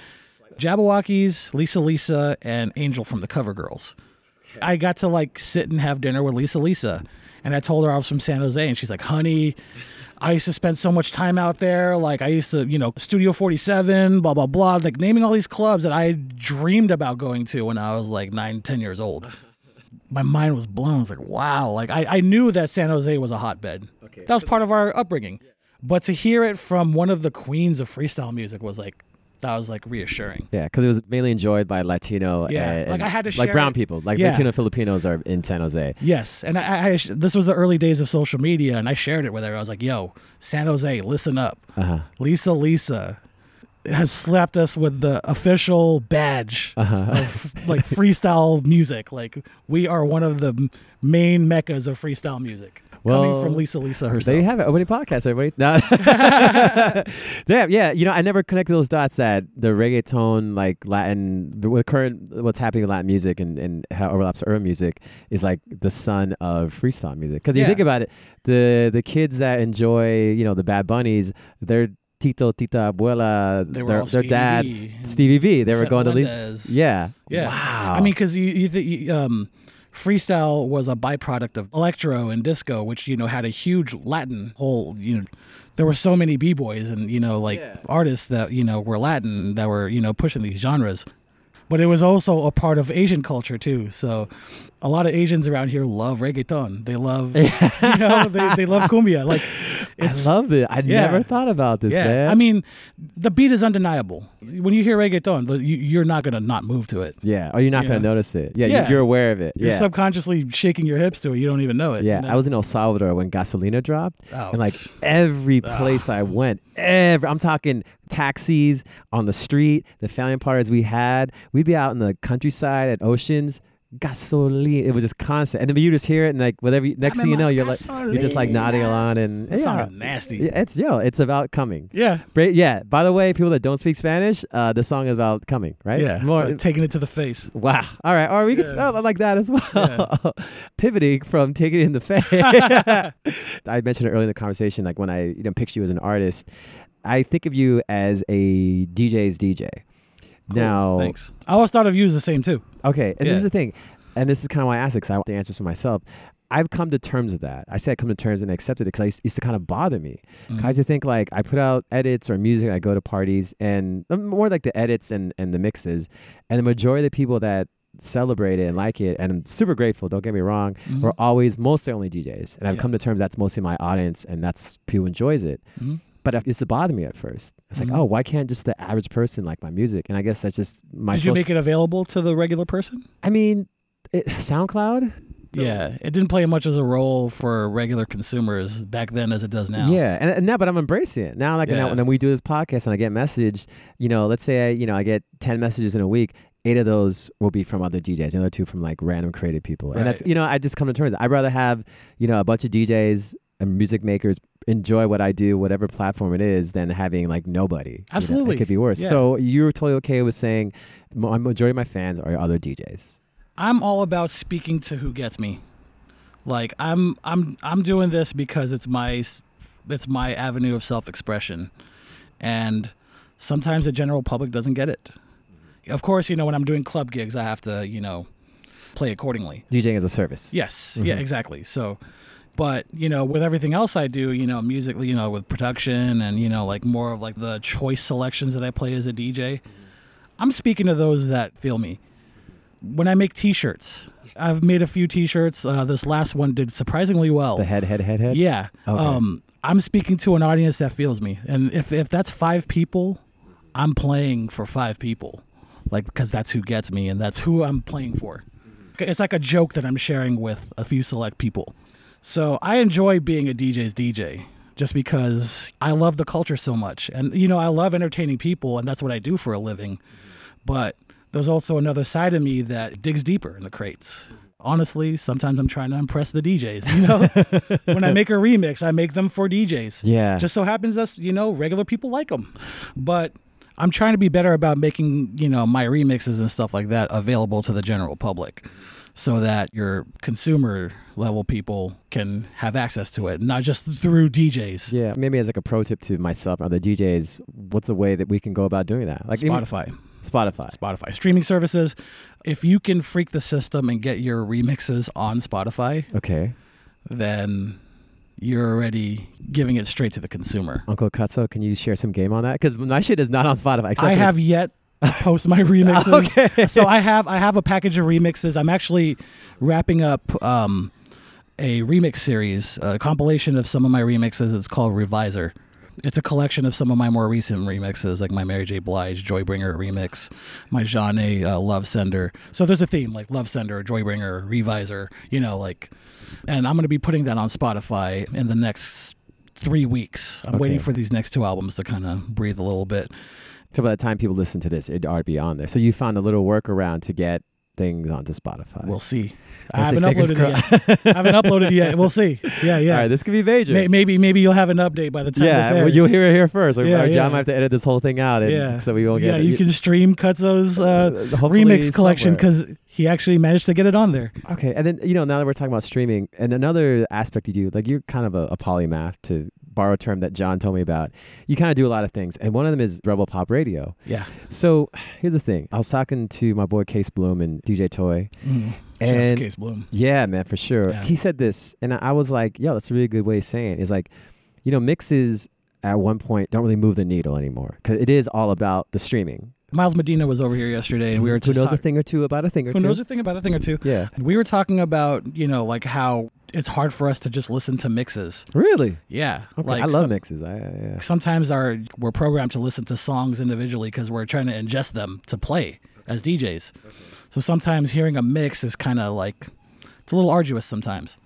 C: Jabberwockies, Lisa Lisa, and Angel from the Cover Girls. I got to like sit and have dinner with Lisa Lisa, and I told her I was from San Jose, and she's like, "Honey, I used to spend so much time out there. Like I used to, you know, Studio Forty Seven, blah blah blah, like naming all these clubs that I dreamed about going to when I was like nine, ten years old." My mind was blown. I was like, "Wow!" Like I, I knew that San Jose was a hotbed. Okay. That was part of our upbringing, but to hear it from one of the queens of freestyle music was like, that was like reassuring.
A: Yeah, because it was mainly enjoyed by Latino.
C: Yeah,
A: and,
C: like, I had to
A: like
C: share
A: brown
C: it.
A: people, like
C: Yeah.
A: Latino Filipinos are in San Jose.
C: Yes, and I, I I- this was the early days of social media, and I shared it with her. I was like, "Yo, San Jose, listen up.
A: Uh-huh.
C: Lisa Lisa has slapped us with the official badge
A: uh-huh.
C: of like freestyle music. Like we are one of the m- main meccas of freestyle music,
A: Well,
C: coming from Lisa Lisa herself.
A: There you have it. Opening podcast, everybody. No. Damn. Yeah. You know, I never connected those dots that the reggaeton, like Latin, the what current what's happening in Latin music and, and how it overlaps to urban music is like the son of freestyle music. Because you
C: Yeah.
A: think about it, the the kids that enjoy, you know, the Bad Bunnies, they're Tito, Tita, Abuela,
C: They were
A: their,
C: all
A: their dad,
C: Stevie V and
A: Stevie V. They were
C: Vicente
A: going to leave.
C: Melendez.
A: Yeah.
C: Yeah.
A: Wow.
C: I mean, because you, you, th- you um, freestyle was a byproduct of electro and disco, which you know had a huge Latin whole. You know, there were so many b boys and you know like artists that you know were Latin that were you know pushing these genres. But it was also a part of Asian culture too. So, a lot of Asians around here love reggaeton. They love, you know, they, they love cumbia. Like, it's
A: I love it. I
C: yeah.
A: never thought about this,
C: yeah.
A: man.
C: I mean, the beat is undeniable. When you hear reggaeton, the- you, you're not gonna not move to it.
A: yeah. Or you're not
C: you
A: gonna
C: know.
A: notice it. Yeah, you-
C: Yeah.
A: You're aware of it.
C: You're
A: yeah.
C: subconsciously shaking your hips to it. You don't even know it.
A: Yeah,
C: you know?
A: I was in El Salvador when Gasolina dropped,
C: Oh,
A: and like
C: psh.
A: every place I went, every I'm talking taxis on the street, the family parties we had, we'd be out in the countryside at Oceans. Gasolina, it was just constant, and then you just hear it, and like whatever. you- Next thing you know,
C: Dame
A: you're like
C: más
A: you're just like nodding along, and
C: That
A: yeah,
C: sounded nasty.
A: Yeah, it's yo, it's about coming.
C: Yeah.
A: Bra- yeah. By the way, people that don't speak Spanish, uh, the song is about coming, right?
C: Yeah.
A: More,
C: So taking it to the face.
A: Wow. All right. Or we could
C: Yeah.
A: sell it like that as well. Pivoting from taking it in the face. I mentioned it earlier in the conversation, like when I you know picture you as an artist, I think of you as a DJ's DJ. now,
C: Thanks. I always thought of you as the same too.
A: okay, and this
C: Yeah.
A: is the thing, and this is kind of why I asked because I want the answers for myself. I've come to terms with that. I say I come to terms and I accepted it because I used, used to kind of bother me.
C: Mm.
A: 'Cause I used to think like I put out edits or music, and um, I go to parties and more like the edits and, and the mixes, and the majority of the people that celebrate it and like it. And I'm super grateful. Don't get me wrong.
C: Mm-hmm.
A: We're always mostly only DJs, and I've
C: Yeah.
A: come to terms that's mostly my audience, and that's who enjoys it.
C: Mhm.
A: But it used to bother me at first. It's like,
C: Mhm.
A: oh, why can't just the average person like my music? And I guess that's just my.
C: Did you
A: social-
C: make it available to the regular person?
A: I mean, it, SoundCloud.
C: Yeah, it didn't play much as a role for regular consumers back then as it does now.
A: Yeah, and, and now, but I'm embracing it now. Like, now,
C: Yeah.
A: when we do this podcast and I get messaged, you know, let's say I, you know, I get ten messages in a week. Eight of those will be from other DJs, the other two from like random creative people, and that's
C: Right.
A: you know, I just come to terms. I'd rather have you know a bunch of DJs and music makers enjoy what I do, whatever platform it is, than having like nobody. You know,
C: Absolutely.
A: it could be worse.
C: Yeah.
A: So you were totally okay with saying, my majority of my fans are other DJs.
C: I'm all about speaking to who gets me. Like I'm I'm I'm doing this because it's my s- it's my avenue of self-expression. And sometimes the general public doesn't get it. Of course, you know when I'm doing club gigs, I have to, you know, play accordingly.
A: DJing as a service.
C: Yes. Yeah, exactly. So, but you know, with everything else I do, you know, musically, you know, with production and you know, like more of like the choice selections that I play as a DJ, I'm speaking to those that feel me. When I make T-shirts, I've made a few T-shirts. Uh, this last one did surprisingly well.
A: The head, head, head, head.
C: Yeah.
A: Okay.
C: Um, I'm speaking to an audience that feels me, and if if that's five people, I'm playing for five people, like because that's who gets me, and that's who I'm playing for. It's like a joke that I'm sharing with a few select people. So I enjoy being a DJ's DJ just because I love the culture so much, and you know I love entertaining people, and that's what I do for a living. But there's also another side of me that digs deeper in the crates. Honestly, sometimes I'm trying to impress the DJs. You know, when I make a remix, I make them for DJs.
A: Yeah.
C: Just so happens that's you know regular people like them, but I'm trying to be better about making you know my remixes and stuff like that available to the general public, so that your consumer level people can have access to it, not just through DJs.
A: Yeah, maybe as like a pro tip to myself or the DJs, what's a way that we can go about doing that? Like even-
C: Spotify.
A: Spotify.
C: Spotify streaming services. If you can freak the system and get your remixes on Spotify,
A: Okay,
C: then you're already giving it straight to the consumer.
A: Uncle Katsu, can you share some game on that? Because my shit is not on Spotify. Except
C: I
A: for-
C: have yet to post my remixes. So I have I have a package of remixes. I'm actually wrapping up um, a remix series, a compilation of some of my remixes. It's called Revisor. It's a collection of some of my more recent remixes, like my Mary J. Blige Joybringer remix, my Jeanne uh, Love Sender. So there's a theme like Love Sender, Joybringer, Revisor. You know, like, and I'm gonna be putting that on Spotify in the next three weeks. I'm waiting for these next two albums to kind of breathe a little bit.
A: So by the time people listen to this, it'd already be on there. So you found a little workaround to get things onto Spotify.
C: We'll see.
A: Let's
C: I
A: see,
C: haven't
A: fingers
C: uploaded it yet. I haven't uploaded it yet. We'll see. Yeah,
A: All
C: yeah.
A: right, this could be major.
C: May- maybe maybe you'll have an update by the time this
A: yeah, well,
C: airs.
A: you'll hear it here first. Or,
C: Yeah,
A: or John
C: yeah.
A: might have to edit this whole thing out, and,
C: Yeah.
A: so we won't
C: yeah,
A: get. it.
C: you can stream Kutzo's uh,
A: Hopefully
C: remix collection
A: somewhere.
C: because he actually managed to get it on there.
A: Okay, and then you know now that we're talking about streaming, and another aspect you do, like you're kind of a, a polymath to borrow a term that John told me about. You kind of do a lot of things, and one of them is rebel pop radio.
C: Yeah.
A: So here's the thing: I was talking to my boy Case Bloom and DJ Toy,
C: Mm. Just
A: and
C: Case Bloom.
A: yeah, man, for sure.
C: Yeah.
A: He said this, and I- I was like, "Yo, that's a really good way of saying it." It's like, you know, mixes at one point don't really move the needle anymore because it is all about the streaming.
C: Miles Medina was over here yesterday, and we were
A: Who
C: just
A: knows a
C: talk-
A: thing or two about a thing or
C: who
A: two?
C: knows a thing about a thing or two.
A: yeah,
C: We were talking about you know like how it's hard for us to just listen to mixes.
A: really.
C: Yeah,
A: Okay,
C: like
A: I love
C: some-
A: mixes. I, I- yeah.
C: sometimes our we're programmed to listen to songs individually because we're trying to ingest them to play as DJs. So sometimes hearing a mix is kind of like it's a little arduous sometimes.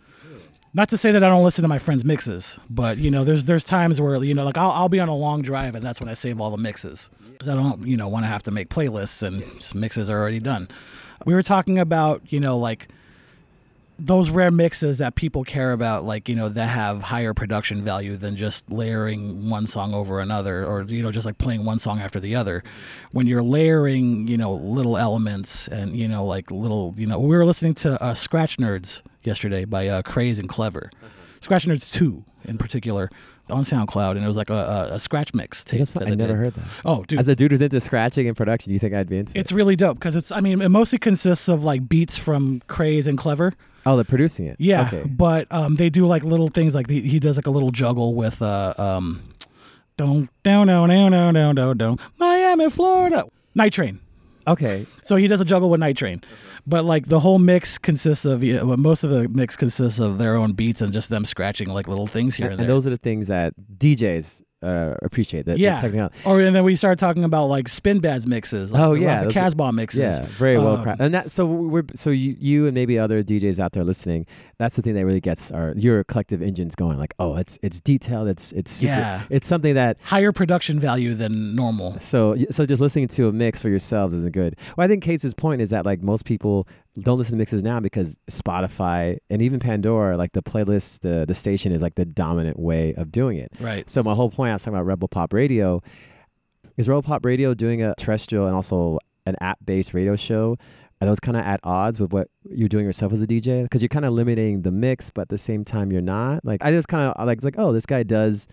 C: Not to say that I don't listen to my friends' mixes, but you know, there's there's times where you know, like I'll, I'll be on a long drive and that's when I save all the mixes because I don't you know want to have to make playlists and s- mixes are already done. We were talking about you know like those rare mixes that people care about, like you know, that have higher production value than just layering one song over another, or you know, just like playing one song after the other. When you're layering, you know, little elements and you know, like little, you know, we were listening to uh, Scratch Nerds yesterday by uh, Craze and Clever, Scratch Nerds Two in particular on SoundCloud, and it was like a, a, a scratch mix tape.
A: That's fun.
C: that
A: I
C: they
A: never heard
C: did.
A: that.
C: Oh, dude,
A: As a dude who's into scratching and production, you think I'd be into it?
C: it's really dope because it's. I mean, it mostly consists of like beats from Craze and Clever.
A: Oh, they're producing it.
C: Yeah,
A: Okay.
C: but um, they do like little things like he, he does like a little juggle with uh um don't don't no no no no no no Miami Florida Night Train.
A: Okay.
C: So he does a juggle with Night Train, but like the whole mix consists of you know, well, most of the mix consists of their own beats and just them scratching like little things here
A: And,
C: and,
A: and
C: there.
A: those are the things that DJs uh, appreciate. That
C: yeah.
A: The technology.
C: Or and then we start talking about like Spin Bad's mixes. Like
A: Oh,
C: a lot of
A: yeah,
C: the
A: those are-
C: Casbah mixes.
A: Yeah, very well
C: Um,
A: crafted. And that so we're so you, you and maybe other DJs out there listening. That's the thing that really gets our your collective engines going. Like, oh, it's it's detailed. It's it's super,
C: Yeah.
A: It's something that
C: Higher production value than normal.
A: so so just listening to a mix for yourselves isn't good. Well, I think Case's point is that like most people don't listen to mixes now because Spotify and even Pandora, like the playlist, the the station is like the dominant way of doing it.
C: Right.
A: So my whole point, I was talking about Rebel Pop Radio. Is Rebel Pop Radio doing a terrestrial and also an app-based radio show? Are those kind of at odds with what you're doing yourself as a DJ? Because you're kind of limiting the mix, but at the same time, you're not. Like I just kind of like, like, oh, this guy does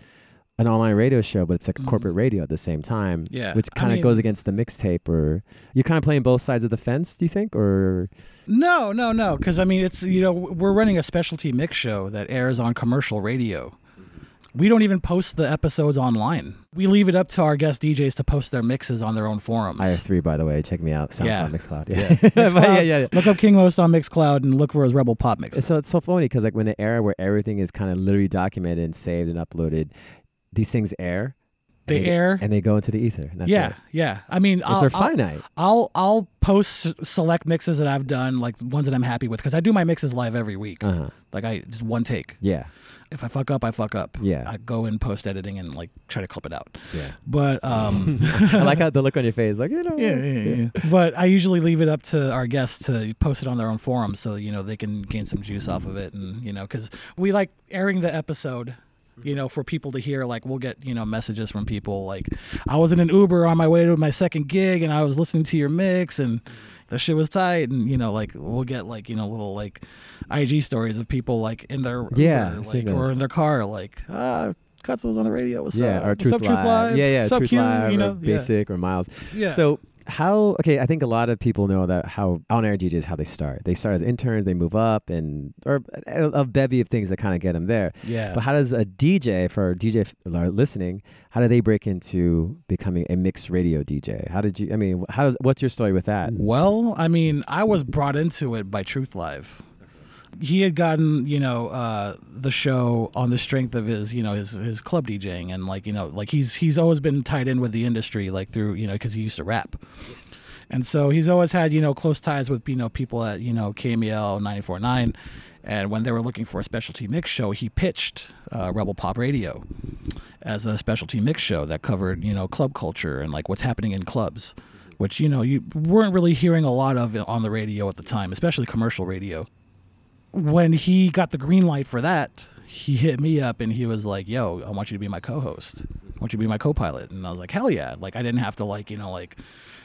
A: an online radio show, but it's like
C: Mhm.
A: corporate radio at the same time.
C: Yeah.
A: which
C: I
A: kind of
C: mean-
A: goes against the mixtape, or you're kind of playing both sides of the fence. Do you think, or
C: No, no, no. Because I mean, it's you know, we're running a specialty mix show that airs on commercial radio. We don't even post the episodes online. We leave it up to our guest DJs to post their mixes on their own forums.
A: I have three, by the way. Check me out, SoundCloud,
C: Yeah.
A: Mixcloud. Yeah, But yeah,
C: Mixcloud,
A: yeah, yeah.
C: Look up King Most on Mixcloud and look for his Rebel Pop mixes.
A: So it's so funny because like when the era where everything is kind of literally documented and saved and uploaded, these things air. and
C: They air.
A: and they go into the ether. And that's
C: yeah,
A: it.
C: yeah. I mean,
A: it's
C: I'll,
A: their
C: I'll,
A: finite.
C: I'll I'll post s- select mixes that I've done, like ones that I'm happy with, because I do my mixes live every week.
A: Uh huh.
C: Like I just one take.
A: Yeah.
C: If I fuck up, I fuck up.
A: Yeah.
C: I go in post editing and like try to clip it out.
A: Yeah.
C: But um.
A: I like how the look on your face, like you know.
C: yeah, yeah, yeah. But I usually leave it up to our guests to post it on their own forum, so you know they can gain some juice off of it, and you know, because we like airing the episode. You know, for people to hear, like we'll get you know messages from people like, I was in an Uber on my way to my second gig, and I was listening to your mix, and that shit was tight, and you know, like we'll get like you know little like IG stories of people like in their
A: Yeah,
C: Uber,
A: I've
C: like,
A: seen
C: or
A: those.
C: in their car, like ah, Cuts was on the radio, what's
A: Yeah,
C: up,
A: or
C: What's
A: Truth
C: up,
A: Live. Yeah, yeah,
C: What's up,
A: Truth
C: Q?"
A: Live
C: you know,
A: or
C: Yeah.
A: Basic or Miles.
C: Yeah.
A: So how okay, I think a lot of people know that how on air DJs how they start. They start as interns, they move up and or a, a bevy of things that kind of get them there.
C: yeah,
A: But how does a DJ for our DJ f- are listening? How do they break into becoming a mixed radio DJ? How did you? I mean, how does what's your story with that?
C: Well, I mean, I was brought into it by Truth Live. He had gotten, you know, uh, the show on the strength of his, you know, his his club DJing and like, you know, like he's he's always been tied in with the industry, like through, you know, because he used to rap, and so he's always had, you know, close ties with, you know, people at, you know, E KML 94.9, and when they were looking for a specialty mix show, he pitched uh, Rebel Pop Radio as a specialty mix show that covered you know club culture and like what's happening in clubs
A: Mm-hmm.
C: which you know you weren't really hearing a lot of on the radio at the time especially commercial radio when he got the green light for that he hit me up and he was like yo i want you to be my co-host i want you to be my co-pilot and i was like hell yeah like i didn't have to like you know like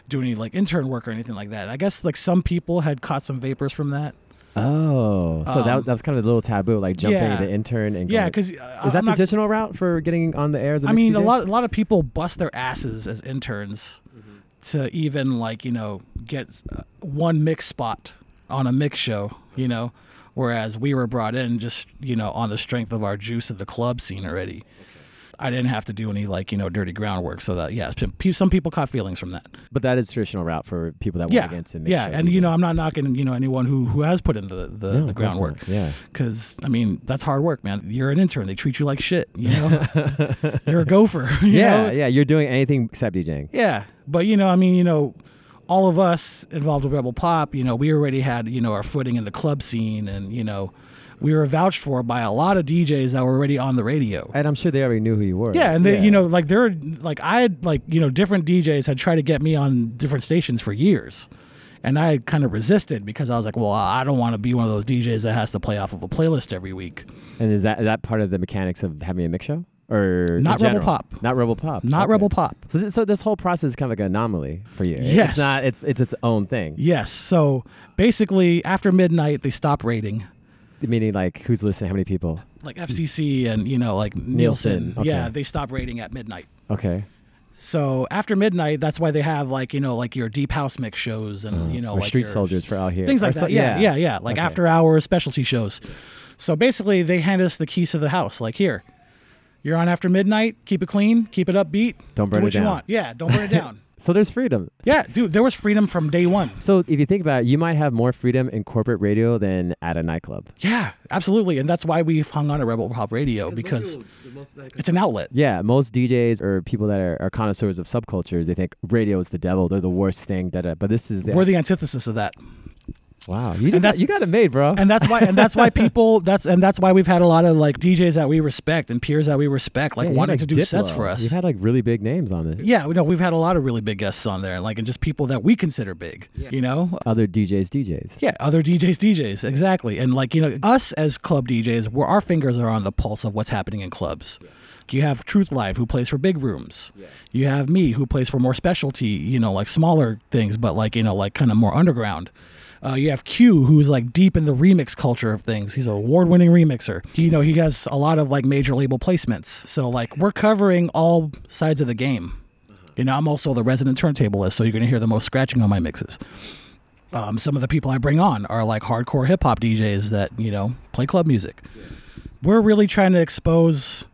C: do any like intern work or anything like that and i guess like some people had caught some vapors from that
A: Oh, so
C: Um,
A: that, that was kind of a little taboo, like jumping
C: yeah.
A: the intern and
C: yeah uh,
A: going-
C: because
A: is that the traditional route for getting on the air? As a
C: I
A: mixed
C: mean, a
A: DJ?
C: lot a lot of people bust their asses as interns
A: Mm-hmm.
C: to even like you know get uh, one mix spot on a mix show, you know. Whereas we were brought in just you know on the strength of our juice of the club scene already. I didn't have to do any like you know dirty groundwork, so that yeah, some pe- some people caught feelings from that.
A: but that is traditional route for people that
C: Yeah,
A: want to get into mixed
C: yeah,
A: show
C: and you
A: DJ.
C: know I'm not knocking you know anyone who who has put in the the,
A: No, of course
C: the
A: not.
C: groundwork
A: Oh, Yeah,
C: because I mean that's hard work, man. You're an intern; they treat you like shit. You know, you're a gopher. You
A: yeah,
C: know?
A: yeah. You're doing anything except DJing.
C: Yeah, but you know, I mean, you know, all of us involved with Rebel Pop, you know, we already had you know our footing in the club scene, and you know, we were vouched for by a lot of DJs that were already on the radio.
A: And I'm sure they already knew who you were.
C: yeah, and they, you know, like there, are like I had like you know different DJs had tried to get me on different stations for years, and I had kind of resisted because I was like, well, I don't want to be one of those DJs that has to play off of a playlist every week.
A: And is that is that part of the mechanics of having a mix show? Or in
C: Not Rebel
A: general?
C: Pop.
A: Not Rebel Pop.
C: Not
A: Okay.
C: Rebel Pop.
A: So, th- so this whole process is kind of like an anomaly for you. It-
C: Yes.
A: It's not. It's it's its own thing.
C: Yes, so basically after midnight they stopped rating.
A: Meaning like who's listening, how many people.
C: like FCC and you know like Nielsen,
A: Nielsen, okay.
C: yeah, they stop rating at midnight.
A: Okay.
C: So after midnight, that's why they have like you know like your deep house mix shows and you know
A: Uh, or
C: like
A: street
C: your-
A: soldiers for out here.
C: things
A: Or
C: like
A: so-
C: that. Yeah, yeah, yeah. Like
A: Okay.
C: after hours specialty shows. So basically, they hand us the keys to the house. Like here, you're on after midnight. Keep it clean. Keep it upbeat.
A: Don't burn it
C: do what you
A: down.
C: want. Yeah, don't burn it down.
A: So there's freedom.
C: Yeah, dude, there was freedom from day one.
A: So if you think about it, you might have more freedom in corporate radio than at a nightclub.
C: Yeah, absolutely, and that's why we've hung on to Rebel Pop Radio because it's an outlet.
A: Yeah, most DJs or people that are, are connoisseurs of subcultures, they think radio is the devil. They're the worst thing. Da, da. But this is the
C: We're the antithesis of that.
A: wow. You, did that,
C: that's-
A: you got it made, bro.
C: and that's why and that's why people that's and that's why we've had a lot of like DJs that we respect and peers that we respect like
A: Yeah, you had,
C: wanting
A: like,
C: to do sets
A: Diplo.
C: for us.
A: You've had like really big names on it.
C: yeah, we know we've had a lot of really big guests on there, like and just people that we consider big. You know,
A: Other DJs, DJs.
C: yeah, other DJs, DJs, exactly, and like you know, us as club DJs, where our fingers are on the pulse of what's happening in clubs. You have Truth Live, who plays for big rooms. You have me, who plays for more specialty, you know, like smaller things, but like you know, like kind of more underground. Uh, you have Q, who's like deep in the remix culture of things. He's an award-winning remixer. You know, he has a lot of like major label placements. So like we're covering all sides of the game. You know, I'm also the resident turntablist, so you're gonna hear the most scratching on my mixes. Um, some of the people I bring on are like hardcore hip hop DJs that you know play club music. We're really trying to expose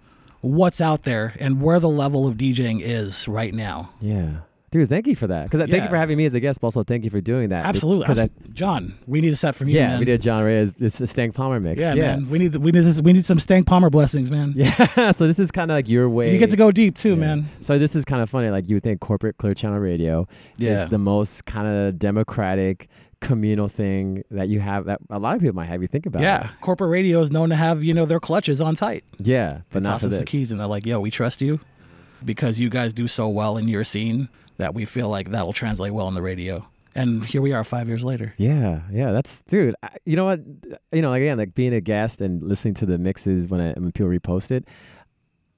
C: what's out there and where the level of DJing is right now.
A: Yeah. Dude, thank you for that. Because thank
C: Yeah.
A: you for having me as a guest, but also thank you for doing that.
C: Absolutely,
A: Uh, Because I,
C: Abs- John. We need a set from you.
A: yeah,
C: man.
A: we did John Reyes. It's a Stank Palmer mix.
C: Yeah, man. We need we need we need some Stank Palmer blessings, man.
A: Yeah. so this is kind of like your way.
C: You get to go deep too, man.
A: So this is kind of funny. Like you would think corporate Clear Channel Radio
C: Yeah.
A: is the most kind of democratic communal thing that you have that a lot of people might have you think about.
C: Yeah, corporate radio is known to have you know their clutches on tight.
A: Yeah. But
C: They
A: not
C: toss
A: for
C: us
A: this.
C: the keys and they're like, "Yo, we trust you because you guys do so well in your scene that we feel like that'll translate well on the radio." And here we are, five years later.
A: Yeah, yeah, that's dude. I, you know what? You know, again, like being a guest and listening to the mixes when I when people repost it.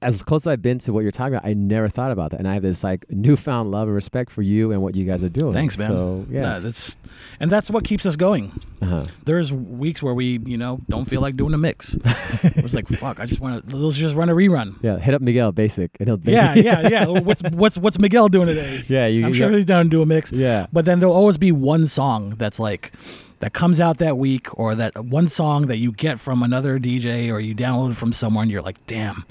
A: As close as I've been to what you're talking about, I never thought about that, and I have this like newfound love and respect for you and what you guys are doing.
C: Thanks, man.
A: So
C: Nah,
A: yeah,
C: that's and that's what keeps us going.
A: uh-huh.
C: There's weeks where we, you know, don't feel like doing a mix. it was like, fuck, I just want to. Let's just run a rerun.
A: yeah. Hit up Miguel Basic, and he'll
C: Yeah, yeah, yeah. What's what's what's Miguel doing today?
A: yeah. You,
C: I'm
A: you
C: sure
A: got-
C: he's down to do a mix.
A: Yeah.
C: But then there'll always be one song that's like that comes out that week or that one song that you get from another DJ or you download from somewhere and you're like, damn,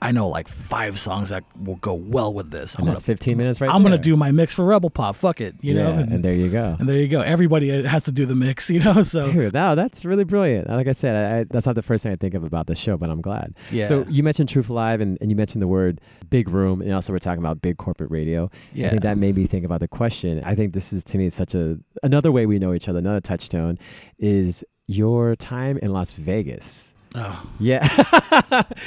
C: I know like five songs that will go well with this. I'm gonna
A: that's 15 minutes right.
C: I'm gonna
A: there.
C: do my mix for Rebel Pop. Fuck it. You know?
A: Yeah, and there you go.
C: and there you go. Everybody has to do the mix, you know? So
A: Dude, wow, that's really brilliant. Like I said, I, I, that's not the first thing I think of about the show, but I'm glad.
C: Yeah.
A: So you mentioned Truth Live and, and you mentioned the word big room, and also we're talking about big corporate radio. I
C: Yeah.
A: think that made me think about the question. I think this is to me such a another way we know each other. Another touchstone is your time in Las Vegas.
C: Oh,
A: Yeah,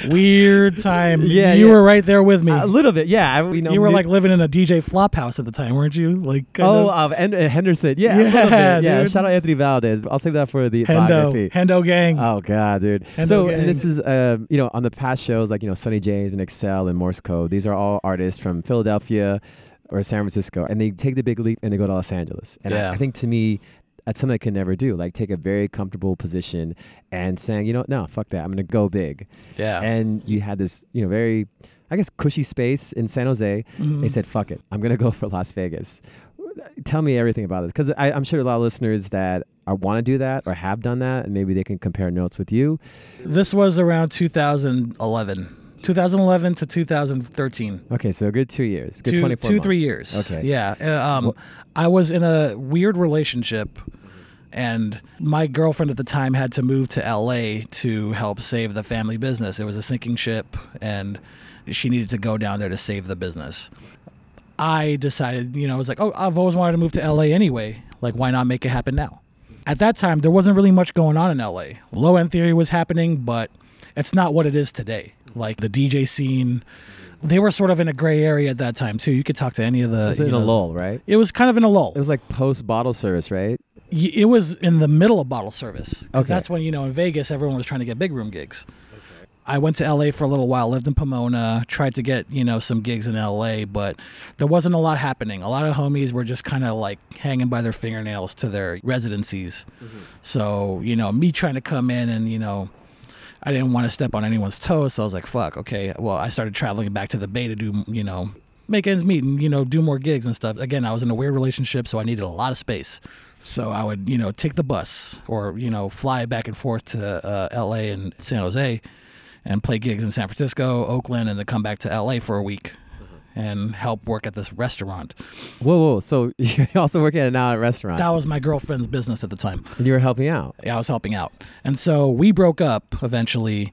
C: weird time.
A: Yeah,
C: You
A: yeah.
C: were right there with me.
A: a little bit. Yeah, I, you know,
C: you were
A: mu-
C: like living in a DJ flop house at the time, weren't you? Like kind
A: oh,
C: of-
A: of Hen- uh, Henderson. Yeah, a little bit.
C: Yeah,
A: yeah.
C: dude.
A: Shout out Anthony Valdez. I'll save that for the biography.
C: Hendo, Hendo gang.
A: Oh god, dude.
C: And
A: so
C: again-
A: and this is uh, you know, on the past shows like, you know, Sonny James and Excel and Morse Code, these are all artists from Philadelphia or San Francisco and they take the big leap and they go to Los Angeles. And I-
C: Yeah.
A: I, think to me that's something I can never do. Like take a very comfortable position and saying, you know, no, fuck that. I'm gonna go big.
C: yeah.
A: And you had this, you know, very I guess cushy space in San Jose.
C: Mm-hmm.
A: They said, fuck it. I'm gonna go for Las Vegas. Tell me everything about this, because I'm sure a lot of listeners that are want to do that or have done that, and maybe they can compare notes with you.
C: This was around 2011. 2011 to 2013.
A: Okay, so a good two years, good
C: Two-
A: 24
C: two, three
A: months.
C: years.
A: Okay.
C: Yeah. Uh, Um, I was in a weird relationship, and my girlfriend at the time had to move to LA to help save the family business. It was a sinking ship, and she needed to go down there to save the business. I decided, you know, I was like, oh, I've always wanted to move to LA anyway. Like, why not make it happen now? At that time, there wasn't really much going on in LA. Low end theory was happening, but it's not what it is today. Like the DJ scene, they were sort of in a gray area at that time too. You could talk to any of the.
A: It was in
C: you
A: a
C: know,
A: lull, right?
C: It was kind of in a lull.
A: It was like post bottle service, right?
C: Y- it was in the middle of bottle service 'cause
A: Okay.
C: that's when you know in Vegas everyone was trying to get big room gigs. I went to LA for a little while, lived in Pomona, tried to get you know some gigs in LA, but there wasn't a lot happening. A lot of homies were just kind of like hanging by their fingernails to their residencies. So you know me trying to come in and you know. I didn't want to step on anyone's toes, so I was like, "Fuck, okay." Well, I started traveling back to the Bay to do, you know, make ends meet and you know do more gigs and stuff. Again, I was in a weird relationship, so I needed a lot of space. So I would, you know, take the bus or you know fly back and forth to uh, L.A. and San Jose, and play gigs in San Francisco, Oakland, and then come back to L.A. for a week. and help work at this restaurant.
A: Whoa, whoa. So you're also working at an outlet restaurant.
C: That was my girlfriend's business at the time.
A: and you were helping out.
C: I was helping out. And so we broke up eventually.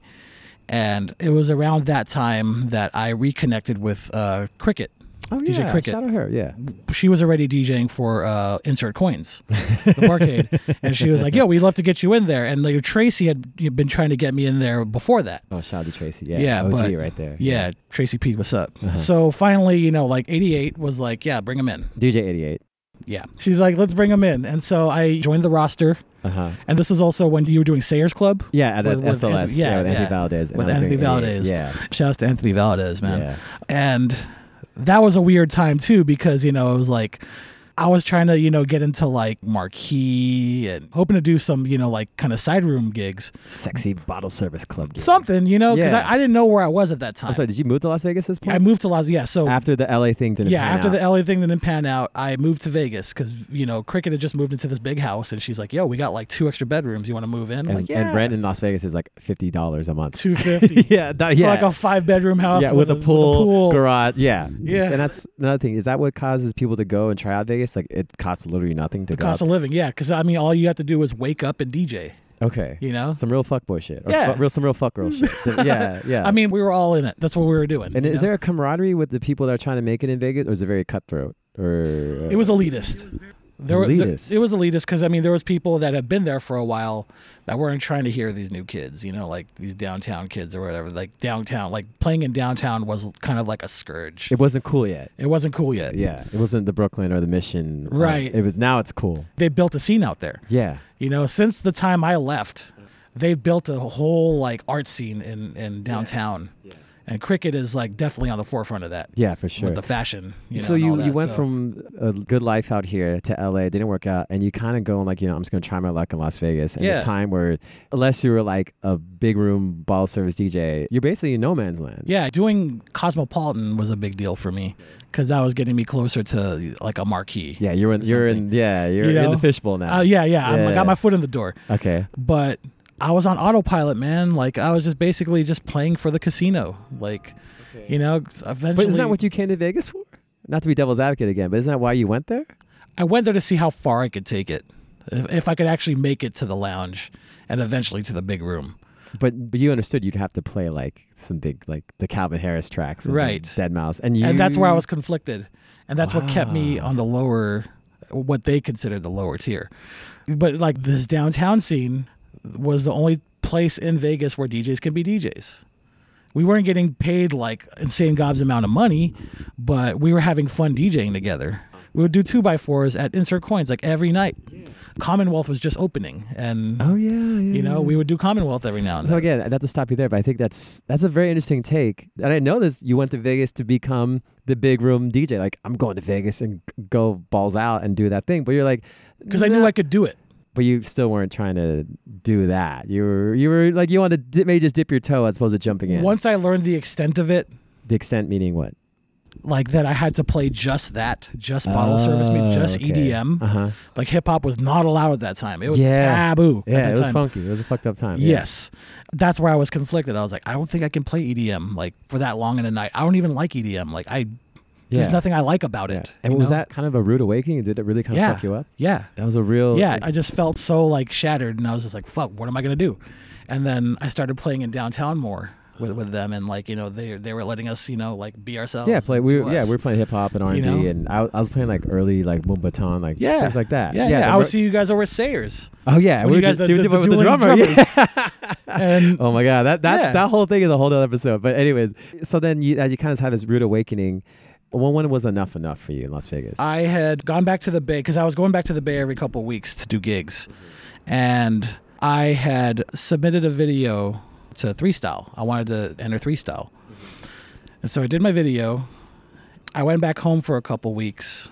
C: And it was around that time that I reconnected with uh, Cricket.
A: Oh,
C: DJ
A: yeah.
C: Cricket.
A: Shout out her. Yeah.
C: She was already DJing for uh, Insert Coins, the barcade. and she was like, yo, we'd love to get you in there. And like, Tracy had been trying to get me in there before that.
A: Oh, shout out to Tracy. Yeah.
C: Yeah,
A: OG
C: but-
A: right there.
C: Yeah, Uh-huh. Tracy P, what's up? So finally, you know, like 88 was like, yeah, bring him in.
A: DJ 88.
C: Yeah. She's like, let's bring him in. And so I joined the roster.
A: Uh huh.
C: And this is also when you were doing Sayers Club.
A: Yeah, at
C: With-
A: a
C: with
A: SLS.
C: Anthony-
A: yeah,
C: yeah,
A: with Anthony
C: yeah.
A: Valdez. and
C: With
A: I was doing
C: Anthony
A: 88.
C: Valdez.
A: Yeah.
C: Shout out to Anthony Valdez, man.
A: Yeah.
C: And that was a weird time too, because, you know, it was like I was trying to, you know, get into like marquee and hoping to do some, you know, like kind of side room gigs.
A: Sexy bottle service club. Gig.
C: Something, you know, because
A: Yeah.
C: I, I didn't know where I was at that time.
A: I'm sorry, did you move to Las Vegas at this point?
C: I moved to Las yeah, so
A: after the LA thing didn't
C: yeah,
A: pan
C: after
A: out.
C: the LA thing didn't pan out, I moved to Vegas because you know Cricket had just moved into this big house, and she's like, "Yo, we got like two extra bedrooms. You want to move in?" I'm
A: and,
C: like, "Yeah."
A: and rent in Las Vegas is like fifty dollars a month.
C: two fifty
A: yeah, that,
C: for
A: yeah,
C: like a five bedroom house,
A: yeah, with, a pool,
C: pool.
A: garage. Yeah,
C: Yeah.
A: And that's another thing. Is that what causes people to go and try out Vegas? Like it costs literally nothing to go.
C: cost
A: out-
C: of living. Yeah, because I mean, all you have to do is wake up and DJ.
A: okay,
C: You know,
A: some real fuckboy shit. Or
C: Yeah.
A: fu- real some real fuck girl shit. yeah, yeah.
C: I mean, we were all in it. That's what we were doing.
A: and
C: you
A: is
C: know?
A: there a camaraderie with the people that are trying to make it in Vegas, or is it very cutthroat? Or
C: It was elitist. There were, there-
A: Elitist.
C: it was elitist because I mean there was people that had been there for a while that weren't trying to hear these new kids, you know, like these downtown kids or whatever. Like downtown, like playing in downtown was kind of like a scourge.
A: it wasn't cool yet.
C: It wasn't cool yet.
A: Yeah, it wasn't the Brooklyn or the Mission. uh,
C: Right.
A: it was now. It's cool.
C: They built a scene out there.
A: Yeah.
C: You know, since the time I left, they've built a whole like art scene in in downtown. And cricket is like definitely on the forefront of that.
A: Yeah, for sure.
C: With the fashion, you know,
A: so
C: and all
A: you, you
C: that,
A: went
C: so-
A: from a good life out here to LA, didn't work out, and you kind of going like, you know, I'm just gonna try my luck in Las Vegas. And
C: Yeah.
A: the time where, unless you were like a big room ball service DJ, you're basically in no man's land.
C: Yeah, doing Cosmopolitan was a big deal for me because that was getting me closer to like a marquee.
A: Yeah, you're in,
C: or
A: you're
C: something.
A: in, yeah, you're
C: You
A: in
C: know?
A: the fishbowl now.
C: Uh, yeah, yeah. I'm- I
A: Yeah.
C: got my foot in the door,
A: Okay.
C: but I was on autopilot, man. Like I was just basically just playing for the casino. Like, you know, eventually.
A: But isn't that what you came to Vegas for? Not to be devil's advocate again, but isn't that why you went there?
C: I went there to see how far I could take it, if, if I could actually make it to the lounge, and eventually to the big room.
A: But but you understood you'd have to play like some big like the Calvin Harris tracks, and
C: Right.
A: Dead Mouse, and you
C: and that's where I was conflicted, and that's what kept me on the lower, what they considered the lower tier. But like this downtown scene was the only place in Vegas where DJs can be DJs. We weren't getting paid like insane gobs amount of money, but we were having fun DJing together. We would do two by fours at Insert Coins like every night. Commonwealth was just opening, and
A: Oh yeah, yeah
C: you know we would do Commonwealth every now and
A: So
C: then.
A: again, not to stop you there, but I think that's that's a very interesting take. And I know this. You went to Vegas to become the big room DJ. Like I'm going to Vegas and g- go balls out and do that thing. But you're like,
C: Because I knew I could do it.
A: but you still weren't trying to do that. You were you were like you wanted to dip, maybe just dip your toe as opposed to jumping in.
C: Once I learned the extent of it,
A: the extent meaning what?
C: like that I had to play just that, just bottle service, I mean, just E EDM.
A: Uh huh.
C: Like hip hop was not allowed at that time. It was
A: Yeah.
C: taboo. at
A: Yeah,
C: that
A: it was
C: time.
A: funky. It was a fucked up time. Yeah.
C: Yes. That's where I was conflicted. I was like, I don't think I can play EDM like for that long in a night. I don't even like EDM. Like I there's
A: Yeah.
C: nothing I like about it.
A: And
C: you
A: was
C: know?
A: that kind of a rude awakening? Did it really kind of
C: Yeah.
A: fuck you up?
C: Yeah.
A: That was a real
C: Yeah. I just felt so like shattered and I was just like, fuck, what am I gonna do? And then I started playing in downtown more. With, with them and like you know they they were letting us you know like be ourselves
A: Yeah, play.
C: and
A: We
C: do
A: were, yeah,
C: us.
A: we were playing hip hop and R and
C: You know?
A: B, and I, I was playing like early like boom baton, like
C: yeah
A: things like that.
C: yeah yeah, I
A: the
C: would
A: ro-
C: see you guys over at Sayers
A: Oh yeah, we
C: when you
A: were
C: guys
A: just
C: the,
A: doing
C: the,
A: it with the
C: dueling
A: drummer. yeah.
C: drummers. and
A: Oh my god, that that
C: Yeah.
A: that whole thing is a whole other episode. But anyways, so then you as you kind of had this rude awakening. When when was enough enough for you in Las Vegas?
C: I had gone back to the Bay because I was going back to the Bay every couple of weeks to do gigs, and I had submitted a video to Three Style. I wanted to enter Three Style, and so I did my video. I went back home for a couple weeks,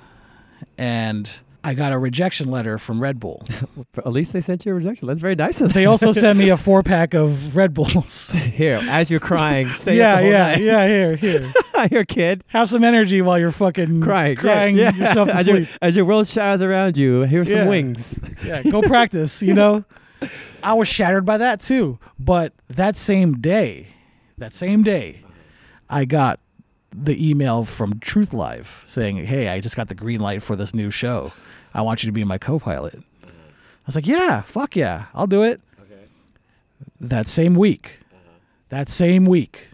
C: and I got a rejection letter from Red Bull.
A: But At least they sent you a rejection. That's very nice of them.
C: They also sent me a four pack of Red Bulls.
A: Here, as you're crying, stay up
C: yeah,
A: the whole
C: yeah,
A: night.
C: yeah. Here, here.
A: Here, kid,
C: Have some energy while you're fucking
A: crying, Yeah,
C: crying
A: yeah.
C: yourself to
A: as, your,
C: sleep.
A: as your world shatters around you, here's some
C: Yeah.
A: wings.
C: yeah, go practice, you know? I was shattered by that too. But that same day, that same day, I got the email from Truth Live saying, "Hey, I just got the green light for this new show. I want you to be my co-pilot." I was like, "Yeah, fuck yeah, I'll do it." That same week, that same week,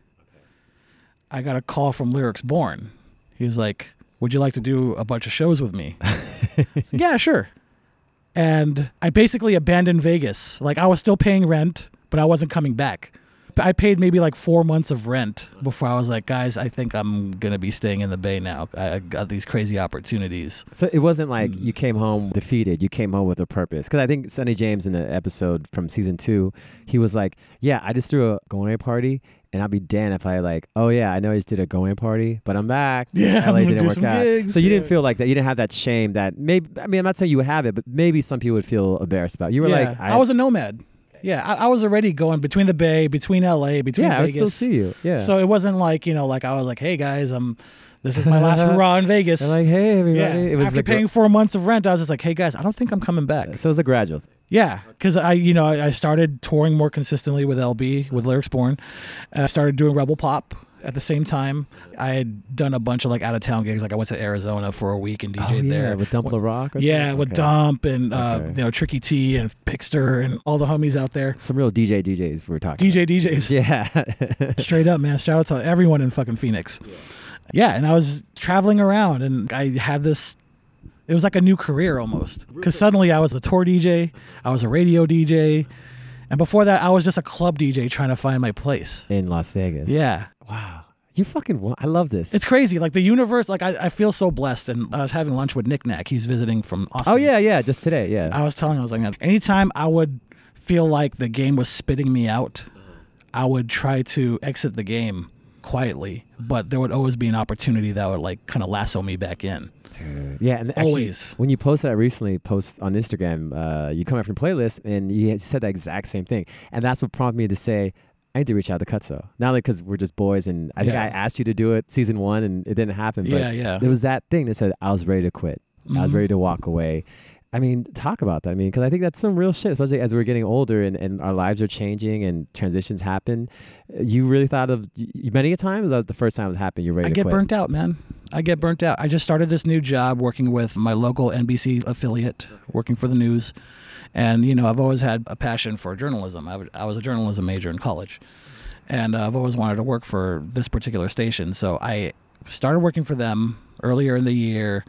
C: I got a call from Lyrics Born. He was like, "Would you like to do a bunch of shows with me?" I was like, yeah, sure. And I basically abandoned Vegas. Like I was still paying rent, but I wasn't coming back. I paid maybe like four months of rent before I was like, guys, I think I'm gonna be staying in the Bay now. I I got these crazy opportunities.
A: So it wasn't like
C: Mm.
A: you came home defeated. You came home with a purpose. Because I think Sonny James in the episode from season two, he was like, "Yeah, I just threw a going away party, and I'll be damned if I like, oh yeah, I know I just did a going away party, but I'm back.
C: Yeah, I'm
A: LA
C: gonna
A: didn't
C: do
A: work
C: some
A: out.
C: gigs,
A: So you didn't
C: yeah.
A: feel like that. You didn't have that shame that maybe. I mean, I'm not saying you would have it, but maybe some people would feel embarrassed about. it. You were
C: yeah,
A: like,
C: I, was a nomad. Yeah, I, I was already going between the Bay, between LA, between
A: yeah, I would
C: Vegas.
A: still see you. Yeah.
C: So it wasn't like you know, like I was like, hey guys, I'm. This is my last hurrah in Vegas.
A: They're like, hey everybody,
C: yeah.
A: it was
C: After
A: a gra-
C: paying four months of rent, I was just like, hey guys, I don't think I'm coming back.
A: so it was a gradual.
C: Yeah, because I, you know, I I started touring more consistently with LB
A: Uh-huh.
C: with Lyrics Born. Uh, I started doing Rebel Pop at the same time. I had done a bunch of like out of town gigs. Like I went to Arizona for a week and DJ'd
A: Oh, yeah,
C: there.
A: with Dump La Rock. Or
C: yeah,
A: something?
C: with
A: Okay.
C: Dump and uh,
A: Okay.
C: you know Tricky T and Pixter and all the homies out there.
A: Some real DJ DJs we were talking.
C: DJ DJs.
A: About. Yeah.
C: Straight up, man. Shout out to everyone in fucking Phoenix. Yeah. and I was traveling around and I had this. It was like a new career almost. Because suddenly I was a tour DJ, I was a radio DJ. And before that, I was just a club DJ trying to find my place.
A: in Las Vegas.
C: Yeah.
A: Wow. You fucking. wa- I love this.
C: It's crazy. Like the universe, like I, I feel so blessed. And I was having lunch with Nick Nack. He's visiting from Austin.
A: Oh yeah, yeah, just today, yeah.
C: I was telling him, I was like, man, anytime I would feel like the game was spitting me out, I would try to exit the game quietly, but there would always be an opportunity that would like kind of lasso me back in.
A: Dude. yeah, and actually,
C: Always.
A: when you posted that recently, post on Instagram, uh, you come out from playlist and you had said the exact same thing, and that's what prompted me to say. I need to reach out to Cutso. Not only because we're just boys, and I think
C: Yeah.
A: I asked you to do it season one, and it didn't happen. But
C: Yeah, yeah. Mm-hmm.
A: There was that thing that said I was ready to quit. I was ready to walk away. I mean, talk about that. I mean, because I think that's some real shit, especially as we're getting older and, and our lives are changing and transitions happen. You really thought of y- many a time. Is that the first time it happened? You're ready
C: I
A: to
C: get
A: quit.
C: burnt out, man. I get burnt out. I just started this new job working with my local NBC affiliate, working for the news. And, you know, I've always had a passion for journalism. I, would, I was a journalism major in college. And uh, I've always wanted to work for this particular station. So I started working for them earlier in the year.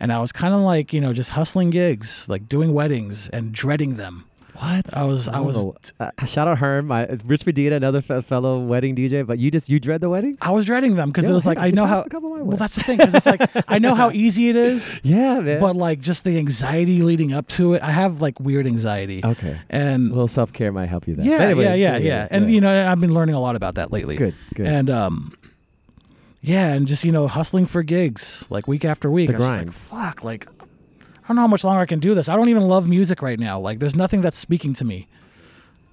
C: And I was kind of like, you know, just hustling gigs, like doing weddings and dreading them.
A: What?
C: I was- I
A: don't
C: was-
A: know. Uh, shout out Herm, my, Rich Medina, another fe- fellow wedding DJ. But you just you dread the weddings?
C: I was dreading them because
A: Yo,
C: it was
A: hey,
C: like,
A: you
C: I know
A: tossed
C: how.
A: a couple my
C: Well,
A: way.
C: that's the thing. Because it's like, I know how easy it is.
A: Yeah, man.
C: but like just the anxiety leading up to it i have like weird anxiety
A: okay,
C: and
A: a little self care might help you there.
C: yeah,
A: But anyway,
C: yeah yeah yeah and you know and i've been learning a lot about that lately
A: Good, good.
C: and um yeah and just you know hustling for gigs like week after week
A: The
C: I was
A: grind.
C: just like fuck like i don't know how much longer i can do this i don't even love music right now like there's nothing that's speaking to me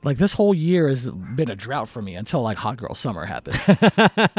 C: like this whole year has been a drought for me until like hot girl summer happened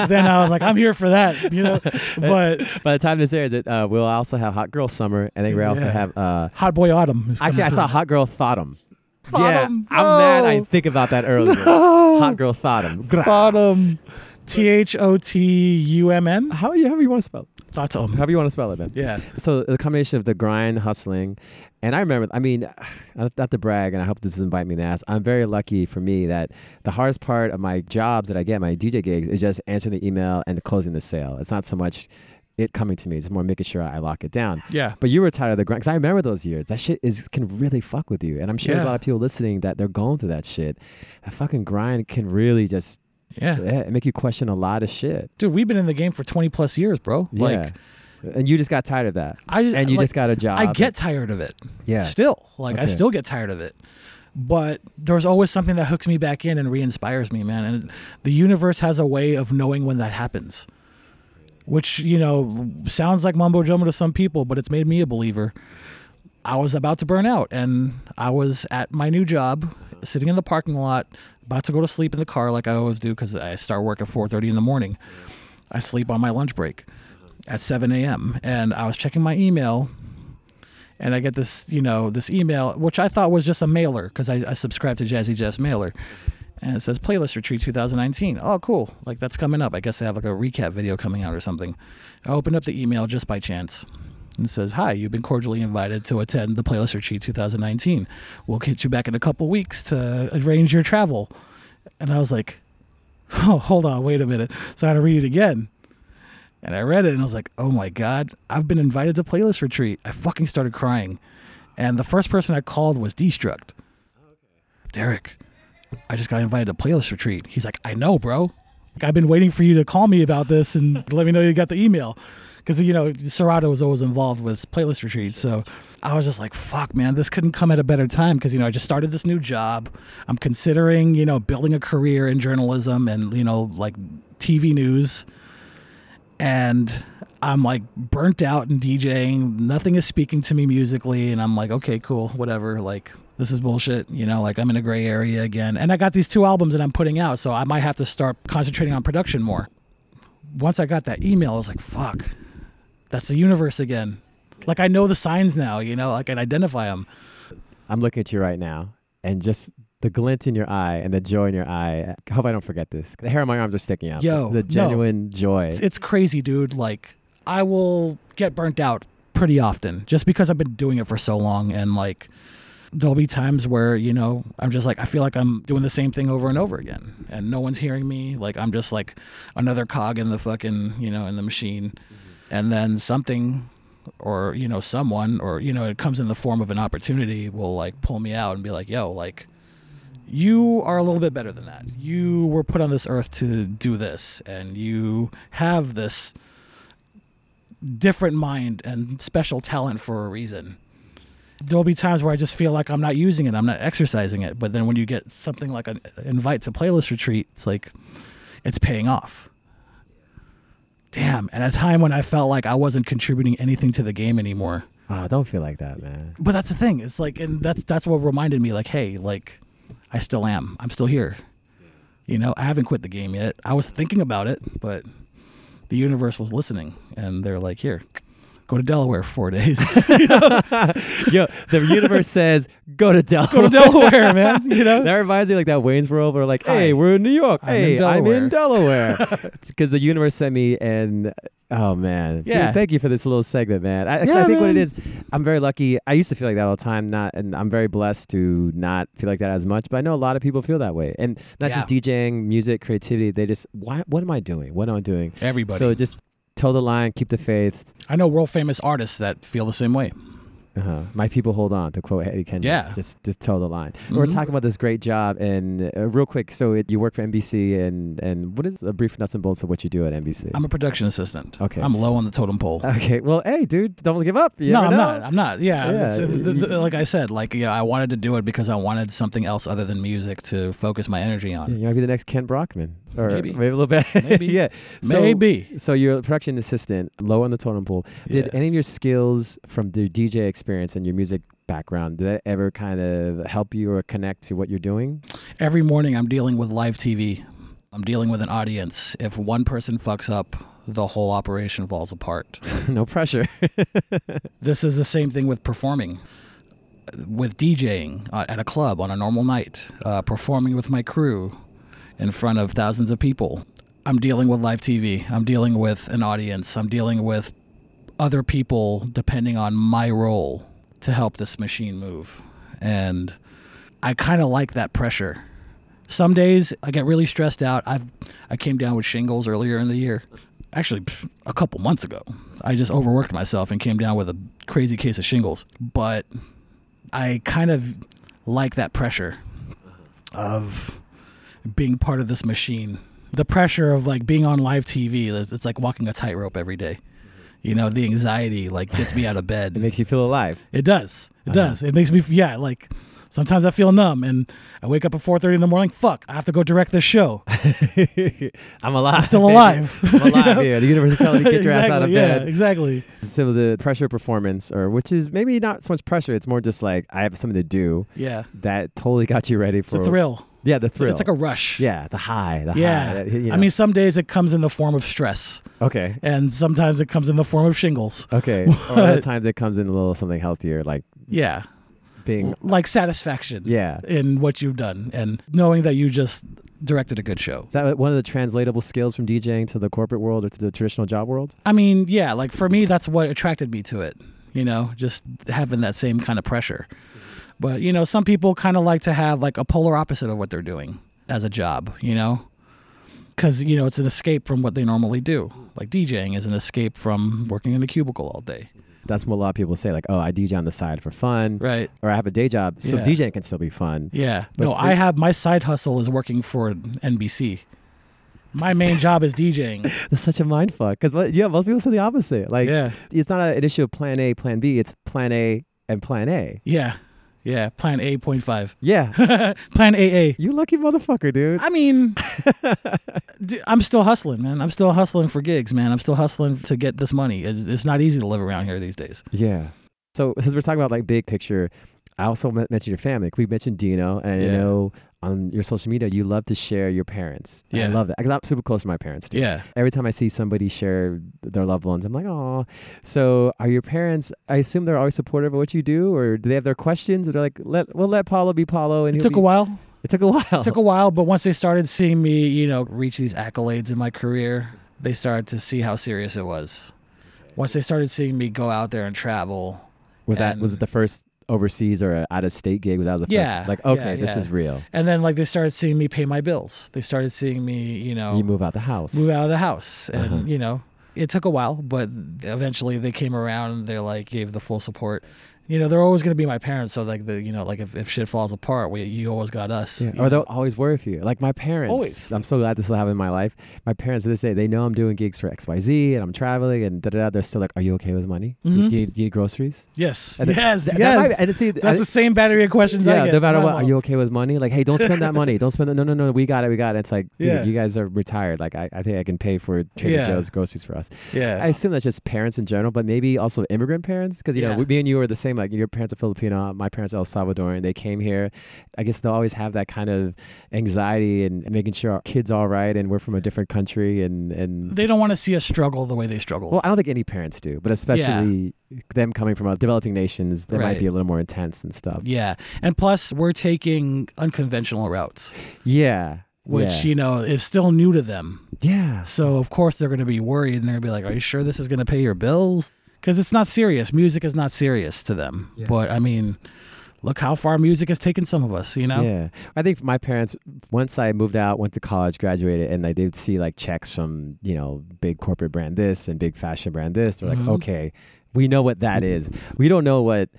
C: then i was like i'm here for that you know but
A: by the time this airs, it uh, we'll also have Hot Girl Summer, and then we also
C: Yeah.
A: have. Uh,
C: hot boy autumn is coming
A: actually, I
C: soon.
A: saw Hot Girl Thottum. yeah,
C: Thottum,
A: I'm mad. I
C: no.
A: didn't think about that earlier. Hot Girl Thottum. Gra-
C: Bottom. T H O T U M N.
A: How you? How you want to spell? it?
C: Thoughts on
A: However you want to spell it, man.
C: Yeah.
A: So the combination of the grind, hustling, and I remember. I mean, not- not to brag, and I hope this doesn't bite me in the ass. I'm very lucky for me that the hardest part of my jobs that I get, my DJ gigs, is just answering the email and closing the sale. It's not so much it coming to me; it's more making sure I lock it down.
C: Yeah.
A: But you were tired of the grind because I remember those years. That shit is can really fuck with you, and I'm sure there's a
C: Yeah.
A: lot of people listening that they're going through that shit. That fucking grind can really just
C: Yeah.
A: eh, make you question a lot of shit.
C: Dude, we've been in the game for 20 plus years, bro. Like,
A: yeah. and you just got tired of that.
C: I just.
A: and you
C: like,
A: just got a job.
C: I get tired of it.
A: Yeah.
C: Still. Like, I
A: Okay.
C: still get tired of it. But there's always something that hooks me back in and re inspires me, man. And the universe has a way of knowing when that happens, which, you know, sounds like mumbo jumbo to some people, but it's made me a believer. I was about to burn out and I was at my new job, sitting in the parking lot, about to go to sleep in the car like I always do because I start work at 4:30 in the morning. I sleep on my lunch break at 7 a.m. and I was checking my email and I get this, you know, this email which I thought was just a mailer because I, I subscribe to Jazzy Jazz Mailer. and it says playlist retreat 2019 oh cool like that's coming up i guess they have like a recap video coming out or something i opened up the email just by chance and it says hi you've been cordially invited to attend the playlist retreat 2019 we'll get you back in a couple weeks to arrange your travel and i was like oh hold on wait a minute so i had to read it again and I read it and I was like, oh my God, I've been invited to playlist retreat. I fucking started crying. And the first person I called was Destruct. Derek, I just got invited to playlist retreat. He's like, I know, bro. Like, I've been waiting for you to call me about this and let me know you got the email. Because, you know, Serato was always involved with playlist retreat. So I was just like, fuck, man, this couldn't come at a better time. Because, you know, I just started this new job. I'm considering, you know, building a career in journalism and, you know, like TV news and I'm like burnt out and DJing. Nothing is speaking to me musically, and I'm like, okay, cool, whatever. Like this is bullshit, you know. Like I'm in a gray area again, and I got these two albums that I'm putting out, so I might have to start concentrating on production more. Once I got that email, I was like, fuck, that's the universe again. Like I know the signs now, you know. I can identify them.
A: I'm looking at you right now, and just the glint in your eye and the joy in your eye. I hope I don't forget this. The hair on my arms are sticking out.
C: Yo,
A: the
C: no.
A: genuine joy.
C: it's, it's crazy, dude. Like I will get burnt out pretty often just because I've been doing it for so long and like there'll be times where, you know, I'm just like I feel like I'm doing the same thing over and over again and no one's hearing me. Like I'm just like another cog in the fucking, you know, in the machine. And then something or, you know, someone or, you know, it comes in the form of an opportunity will like pull me out and be like, "Yo, like you are a little bit better than that. You were put on this earth to do this, and you have this different mind and special talent for a reason. There'll be times where I just feel like I'm not using it, I'm not exercising it. But then when you get something like an invite to playlist retreat, it's like it's paying off. Damn. At a time when I felt like I wasn't contributing anything to the game anymore
A: Ah, don't feel like that, man.
C: but that's the thing it's like and that's that's what reminded me like hey like i still am i'm still here you know i haven't quit the game yet i was thinking about it but the universe was listening and they're like here go to delaware for four days
A: Yo, the universe says, go to Delaware.
C: go to delaware man you know
A: That reminds me like that Wayne's World where like, hey,
C: Hi.
A: we're in New York.
C: I'm in
A: hey, I'm in Delaware. Because the universe sent me and oh man. Dude,
C: Yeah.
A: thank you for this little segment, man. I, 'cause I
C: Yeah,
A: think what it
C: man.
A: is, I'm very lucky. I used to feel like that all the time, not and I'm very blessed to not feel like that as much, but I know a lot of people feel that way. And not just
C: Yeah.
A: DJing, music, creativity, they just why what am I doing? What am I doing?
C: everybody
A: So just toe the line, keep the faith.
C: i know world famous artists that feel the same way
A: Uh-huh. My people hold on to quote Eddie Kendricks.
C: Yeah.
A: Just, just tell the line. We We're
C: Mhm.
A: talking about this great job, and uh, real quick. So it, you work for NBC, and and what is a brief nuts and bolts of what you do at NBC?
C: i'm a production assistant
A: Okay.
C: i'm low on the totem pole
A: okay. Well, hey, dude, don't give up. You
C: no,
A: never
C: I'm
A: know.
C: not. I'm not. Yeah,
A: Yeah,
C: it's-
A: y-
C: the- the-
A: y-
C: like I said, like yeah, I wanted to do it because I wanted something else other than music to focus my energy on.
A: You might be the next Ken Brockman, or
C: Maybe.
A: a little bit.
C: Maybe.
A: yeah. So,
C: Maybe.
A: So you're a production assistant, low on the totem pole. Did
C: Yeah.
A: any of your skills from the DJ experience and your music background did that ever kind of help you or connect to what you're doing?
C: every morning I'm dealing with live TV. I'm dealing with an audience. If one person fucks up, the whole operation falls apart.
A: no pressure.
C: this is the same thing with performing, with DJing uh, at a club on a normal night, uh, performing with my crew in front of thousands of people. I'm dealing with live TV. I'm dealing with an audience. I'm dealing with other people depending on my role to help this machine move. And I kind of like that pressure. Some days I get really stressed out. I've I came down with shingles earlier in the year. Actually, pff, a couple months ago. I just overworked myself and came down with a crazy case of shingles. But I kind of like that pressure of being part of this machine. The pressure of like being on live TV, it's it's like walking a tightrope every day. You know, the anxiety like gets me out of bed.
A: it makes you feel alive.
C: It does. It does. It makes me yeah, like sometimes I feel numb and I wake up at four thirty in the morning, fuck, I have to go direct this show.
A: I'm alive. I'm
C: still alive.
A: I'm
C: You
A: alive.
C: know?
A: Yeah, the universe is telling you to get your ass out of
C: Exactly, yeah,
A: bed.
C: exactly.
A: So the pressure performance, or which is maybe not so much pressure, it's more just like I have something to do
C: Yeah.
A: that totally got you ready
C: It's
A: for
C: a thrill.
A: Yeah, the
C: It's-
A: thrill.
C: It's like a rush.
A: yeah, Ah, the high, the high.
C: Yeah.
A: that- you know.
C: I mean some days it comes in the form of stress
A: okay,
C: and sometimes it comes in the form of shingles.
A: okay. or other times it comes in a little something healthier, like
C: Yeah.
A: being
C: like satisfaction
A: yeah.
C: in what you've done and knowing that you just directed a good show.
A: Is that one of the translatable skills from DJing to the corporate world or to the traditional job world?
C: I mean, yeah, like for me, that's what attracted me to it, you know, just having that same kind of pressure. But, you know, some people kind of like to have like a polar opposite of what they're doing as a job, you know, because, you know, it's an escape from what they normally do. Like DJing is an escape from working in a cubicle all day.
A: That's what a lot of people say, like, oh, I DJ on the side for fun,
C: Right.
A: or I have a day job, so
C: Yeah.
A: DJing can still be fun.
C: Yeah.
A: But
C: no,
A: for-
C: I have my side hustle is working for NBC. My main job is DJing.
A: That's such a mind fuck. Because yeah, most people say the opposite. Like,
C: Yeah.
A: it's not a, an issue of plan A, plan B. It's plan A and plan A.
C: Yeah. Yeah. Plan A point five.
A: Yeah,
C: Plan AA.
A: you lucky motherfucker, dude.
C: I mean, d- I'm still hustling, man. I'm still hustling for gigs, man. I'm still hustling to get this money. It's, it's not easy to live around here these days.
A: Yeah. So since we're talking about like big picture, I also men- mentioned your family. We mentioned Dino, and I
C: Yeah.
A: know on your social media you love to share your parents. And I
C: Yeah.
A: love that because I'm super close to my parents too.
C: Yeah.
A: Every time I see somebody share their loved ones, I'm like, oh. So are your parents? I assume they're always supportive of what you do, or do they have their questions? Or they're like, let we'll let Paulo be Paulo. And
C: It
A: he'll
C: took
A: be-
C: a while.
A: It took a while.
C: It took a while, but once they started seeing me, you know, reach these accolades in my career, they started to see how serious it was. Once they started seeing me go out there and travel,
A: was that was it
C: and-
A: the first overseas or out of state gig? Was that the first?
C: Yeah,
A: Like
C: yeah,
A: okay, this
C: yeah.
A: is real.
C: and then like they started seeing me pay my bills. They started seeing me, you know,
A: You move out the house.
C: Oh. move out of the house and
A: Uh-huh.
C: you know it took a while but eventually they came around and they're like gave the full support you know they're always going to be my parents so like the you know like if, if shit falls apart we you always got us
A: Yeah,
C: you
A: Or
C: know?
A: they'll always worry for you. Like my parents.
C: Always.
A: I'm so glad this will happen in my life. My parents to this day, they know I'm doing gigs for XYZ and I'm traveling and da da da. They're still like, Are you okay with money? Do you-
C: Mhm.
A: Do, you, do you need groceries?
C: yes
A: And th-
C: yes
A: th- that might
C: yes
A: be- and see,
C: that's
A: I-
C: the same battery of questions
A: yeah,
C: I get
A: no matter
C: from
A: what,
C: my
A: are
C: mom.
A: you okay with money? Like, hey, don't spend that money. Don't spend it. No, no, no. We got it. We got it. It's like, dude,
C: Yeah.
A: you guys are retired. Like, I, I think I can pay for Trader
C: Yeah.
A: Joe's groceries for us. I
C: yeah
A: assume that's just parents in general, but maybe also immigrant parents, because you know,
C: Yeah.
A: we, me and you are the same. Like your parents are Filipino, my parents are El Salvadoran. They came here. I guess they'll always have that kind of anxiety and and making sure our kids all right, and we're from a different country, and and.
C: they don't want to see us struggle the way they struggle
A: Well, I don't think any parents do, but especially them coming from uh, developing nations, they might
C: Right.
A: be a little more intense and stuff.
C: yeah and plus we're taking unconventional routes
A: Yeah,
C: which
A: yeah.
C: you know is still new to them
A: yeah.
C: So of course they're going to be worried and they're going to be like, "Are you sure this is going to pay your bills?" Because it's not serious. Music is not serious to them. But I mean, look how far music has taken some of us. You know?
A: Yeah, I think my parents. Once I moved out, went to college, graduated, and like they'd see like checks from you know big corporate brand this and big fashion brand this. They're
C: Mm-hmm.
A: like, okay, we know what that is. We don't know what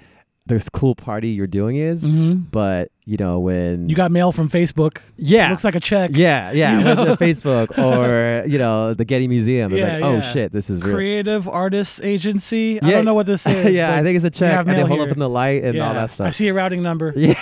A: this cool party you're doing is,
C: Mhm.
A: but you know when
C: You got mail from Facebook.
A: yeah.
C: Looks like a check.
A: yeah, yeah, went to Facebook or you know the Getty Museum. It's
C: Yeah,
A: like, oh
C: yeah.
A: shit, this is real.
C: Creative Artists Agency. I
A: Yeah.
C: don't know what this is.
A: yeah,
C: but
A: I think it's a
C: you
A: check,
C: have
A: and they
C: mail
A: hold up
C: here.
A: in the light and all
C: Yeah.
A: that stuff.
C: I see a routing number.
A: Yeah,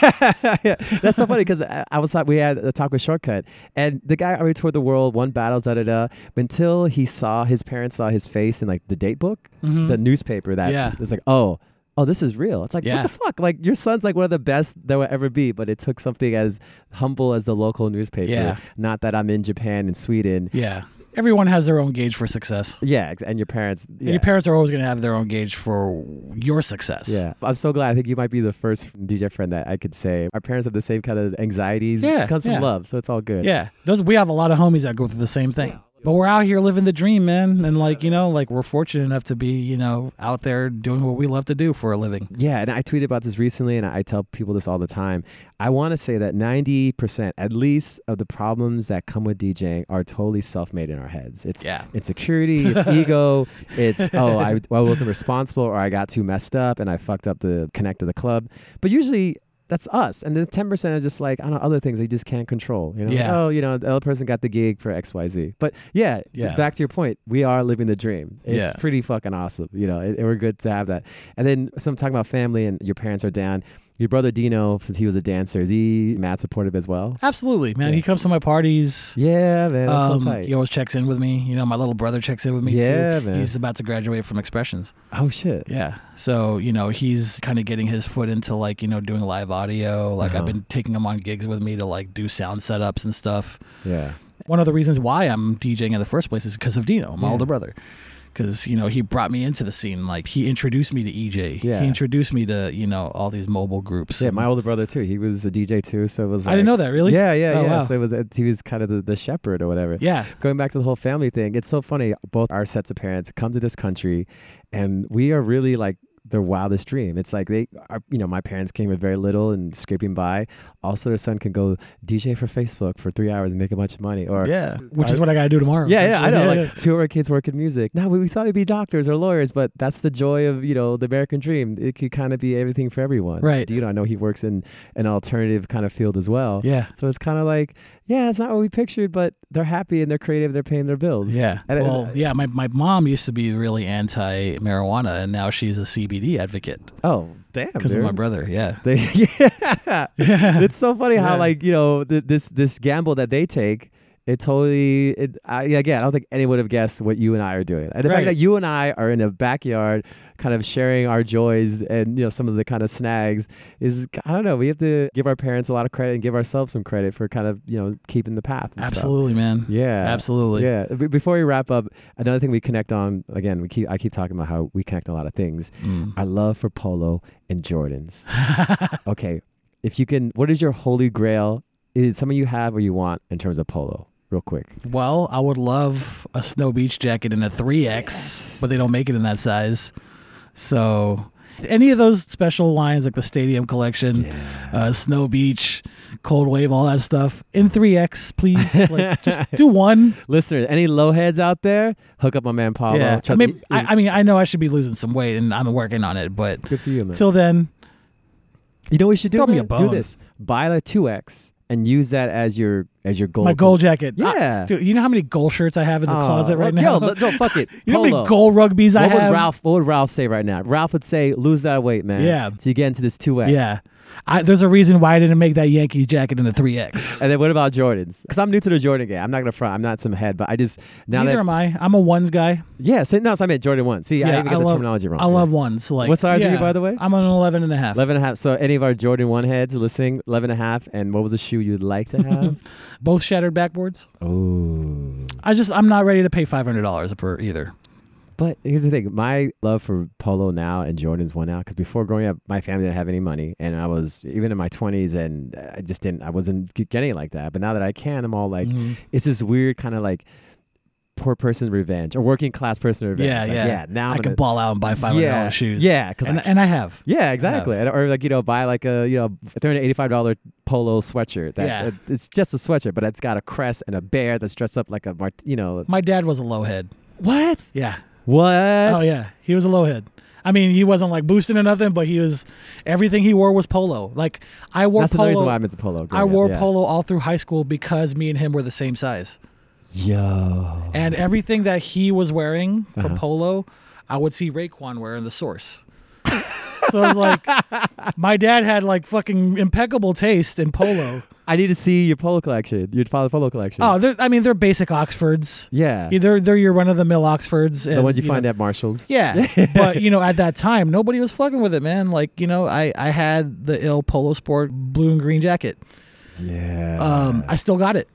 A: yeah. that's so funny because I, I was like, we had a talk with Shortcut, and the guy already toured the world, won battles, da da da. but Until he saw his parents saw his face in like the date book,
C: Mm-hmm.
A: the newspaper. That
C: Yeah.
A: it's like, oh, oh, this is real. It's like, what
C: Yeah.
A: the fuck? Like your son's like one of the best there will ever be, but it took something as humble as the local newspaper.
C: Yeah.
A: Not that I'm in Japan and Sweden.
C: Yeah. Everyone has their own gauge for success.
A: Yeah, ex- and your parents. Yeah.
C: And your parents are always going to have their own gauge for your success.
A: Yeah, I'm so glad. I think you might be the first DJ friend that I could say our parents have the same kind of anxieties.
C: Yeah,
A: it comes
C: yeah.
A: from love, so it's all good.
C: Yeah, those we have a lot of homies that go through the same thing. But we're out here living the dream, man, and like you know, like we're fortunate enough to be you know out there doing what we love to do for a living.
A: Yeah, and I tweeted about this recently, and I tell people this all the time. I want to say that 90%, at least, of the problems that come with DJing are totally self made in our heads. It's
C: Yeah.
A: insecurity, it's ego, it's, oh, I, well, I wasn't responsible, or I got too messed up and I fucked up the connect of the club. But usually, that's us. And then 10% are just like, I don't know, other things they just can't control. You know,
C: Yeah.
A: oh, you know, the other person got the gig for XYZ. But yeah,
C: Yeah.
A: back to your point, we are living the dream. It's
C: Yeah.
A: pretty fucking awesome. You know, it, it- we're good to have that. And then, so I'm talking about family and your parents are down. Your brother Dino, since he was a dancer, is he Matt supportive as
C: Um,
A: well?
C: Absolutely, man. He comes to my parties.
A: Yeah, man. That's so
C: Um,
A: tight.
C: he always checks in with me. You know, my little brother checks in with me
A: Yeah,
C: too.
A: man.
C: He's about to graduate from Expressions.
A: oh, shit.
C: Yeah. So, you know, he's kind of getting his foot into like, you know, doing live audio. Like
A: Uh-huh.
C: I've been taking him on gigs with me to like do sound setups and stuff.
A: Yeah.
C: One of the reasons why I'm DJing in the first place is because of Dino, my
A: Yeah.
C: older brother. because you know he brought me into the scene. Like he introduced me to EJ.
A: Yeah.
C: He introduced me to you know all these mobile groups.
A: Yeah, my older brother too. He was a DJ too, so it was.
C: Mm-hmm. I
A: Like,
C: didn't know that really.
A: Yeah, yeah,
C: Oh,
A: yeah.
C: wow.
A: So it was, it, he was kind of the, the shepherd or whatever.
C: yeah.
A: Going back to the whole family thing, it's so funny. Both our sets of parents come to this country, and we are really like their wildest dream. It's like they are, you know, my parents came with very little and scraping by. Also, their son can go DJ for Facebook for three hours and make a bunch of money, or
C: Yeah. Which is what I gotta do tomorrow.
A: yeah, yeah, I know.
C: actually.
A: like two of our kids work in music. Now we, we thought it'd be doctors or lawyers, but that's the joy of you know the American dream. It could kind of be everything for everyone.
C: Right.
A: You know, I know he works in an alternative kind of field as well.
C: yeah.
A: So it's kind of like, yeah, it's not what we pictured, but they're happy and they're creative. They're paying their bills.
C: Yeah.
A: And, and,
C: well,
A: uh,
C: yeah. My my mom used to be really anti marijuana, and now she's a CBD advocate
A: oh, damn.
C: because of my
A: dude.
C: brother. Yeah.
A: They, yeah. It's so funny
C: Yeah.
A: how like you know th- this this gamble that they take. It totally. It, I, again, I don't think anyone would have guessed what you and I are doing, and the
C: Right.
A: fact that you and I are in a backyard, kind of sharing our joys and you know some of the kind of snags is I don't know. We have to give our parents a lot of credit and give ourselves some credit for kind of you know keeping the path. and stuff.
C: Absolutely, man.
A: Yeah.
C: Absolutely.
A: Yeah. Be- Before we wrap up, another thing we connect on again. We keep I keep talking about how we connect on a lot of things.
C: Mm.
A: I love for polo and Jordans. okay, if you can, what is your holy grail? Is it something you have or you want in terms of polo? Real quick.
C: Well, I would love a snow beach jacket in a 3X, but they don't make it in that size. So, any of those special lines like the Stadium Collection, uh, Snow Beach, Cold Wave, all that stuff in 3X, please. like, just do one.
A: Listeners, any low heads out there? Hook up my man Paulo.
C: yeah. I
A: Trust
C: mean,
A: me,
C: I, I mean, I know I should be losing some weight, and I'm working on it. But
A: good for you, man.
C: till then,
A: you know what we should do?
C: throw me a
A: man?
C: bone.
A: Do this. Buy a two X and use that as your as your goal.
C: my goal jacket. I-
A: Yeah.
C: dude, you know how many goal shirts I have in the
A: Aw,
C: closet right
A: Oh, yo,
C: now?
A: let- no, fuck it.
C: you know how many
A: Polo.
C: goal rugbies I
A: what
C: have?
A: would Ralph? What would Ralph say right now? Ralph would say, "Lose that weight, man."
C: Yeah.
A: So you get into this two X.
C: Yeah. I, there's a reason why I didn't make that Yankees jacket in a 3X.
A: And then what about Jordans? Because I'm new to the Jordan game. I'm not gonna front. I'm not some head, but I just now
C: Neither
A: that
C: am I. I'm a ones guy.
A: yeah. So, no, so I meant Jordan one. See, I didn't get the terminology wrong.
C: I love ones. Like
A: What size are you,
C: yeah.
A: by the way?
C: I'm on an 11 and a half.
A: eleven and a half. So any of our Jordan one heads listening, eleven and a half. And what was a shoe you'd like to have?
C: Both shattered backboards.
A: oh,
C: I just I'm not ready to pay $500 per either.
A: but here's the thing. My love for polo now and Jordans one now. Because before growing up, my family didn't have any money, and I was even in my twenties, and I just didn't. I wasn't g- getting it like that. But now that I can, I'm all like,
C: Mhm.
A: it's this weird kind of like. Poor person revenge or working class person revenge.
C: Yeah,
A: Like,
C: yeah.
A: Now
C: I
A: I'm
C: can
A: gonna-
C: ball out and buy $500
A: yeah,
C: shoes.
A: Yeah, because
C: And, and I have.
A: Yeah, exactly. And- Or like you know, buy like a you know three hundred eighty-five dollar polo sweatshirt. That
C: Yeah.
A: it- it's just a sweatshirt, but it's got a crest and a bear that's dressed up like a mart. You know
C: My dad was a low head.
A: what?
C: Yeah.
A: What?
C: oh yeah. He was a low head. I mean, he wasn't like boosting or nothing, but he was everything he wore was polo. Like I wore
A: That's
C: polo.
A: another reason why I'm into polo.
C: I
A: growing up,
C: wore
A: yeah.
C: polo all through high school because me and him were the same size.
A: Yo.
C: And everything that he was wearing for
A: Uh-huh.
C: polo, I would see Raekwon wear in the source. so it was like, my dad had like fucking impeccable taste in polo.
A: I need to see your polo collection. Your father polo collection.
C: Oh, they're, I mean, they're basic Oxfords.
A: yeah.
C: Yeah, They're, they're your run of the mill Oxfords.
A: the
C: and,
A: ones you,
C: you
A: find
C: know-
A: at Marshalls.
C: Yeah. but, you know, at that time, nobody was fucking with it, man. Like, you know, I, I had the ill polo sport blue and green jacket.
A: Yeah.
C: Um, I still got it.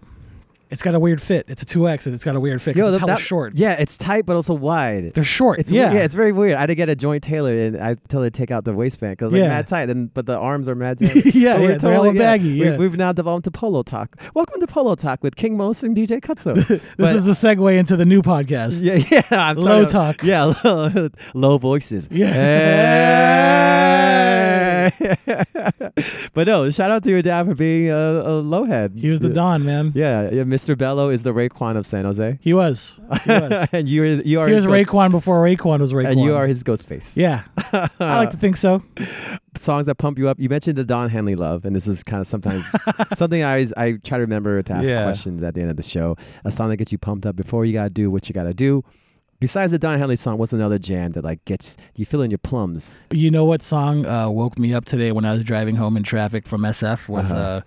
C: It's got a weird fit. It's a 2X and it's got a weird fit. 'cause it's
A: that-
C: hella
A: that-
C: short.
A: Yeah, it's tight but also wide.
C: They're short.
A: It's
C: yeah.
A: yeah. yeah, it's very weird. I had to get a joint tailored, and I told her to take out the waistband because like
C: Yeah.
A: mad tight, and but the arms are mad tight. But
C: Yeah,
A: we're
C: yeah, they're all baggy, yeah.
A: We, have now developed to polo talk. Welcome to polo talk with King Most and DJ Cutso. this
C: This is the segue into the new podcast.
A: yeah, yeah, I'm
C: Low
A: sorry.
C: talk.
A: Yeah, low, low voices.
C: Yeah.
A: Hey. but no, shout out to your dad for being a, a low head.
C: He was the Don, man.
A: Yeah, yeah. Mr. Bello is the Raekwon of San Jose,
C: He was. He was.
A: and you are you are
C: he was
A: his ghost-
C: Raekwon before Raekwon was Raekwon.
A: and you are his ghost face.
C: Yeah. I like to think so.
A: songs that pump you up. You mentioned the Don Henley love, and this is kind of sometimes something I always, I try to remember to ask
C: Yeah.
A: questions at the end of the show. A song that gets you pumped up before you gotta do what you gotta do. Besides the Don Henley song, what's another jam that like gets you feeling your plums?
C: You know what song uh, woke me up today when I was driving home in traffic from SF was uh
A: Uh-huh.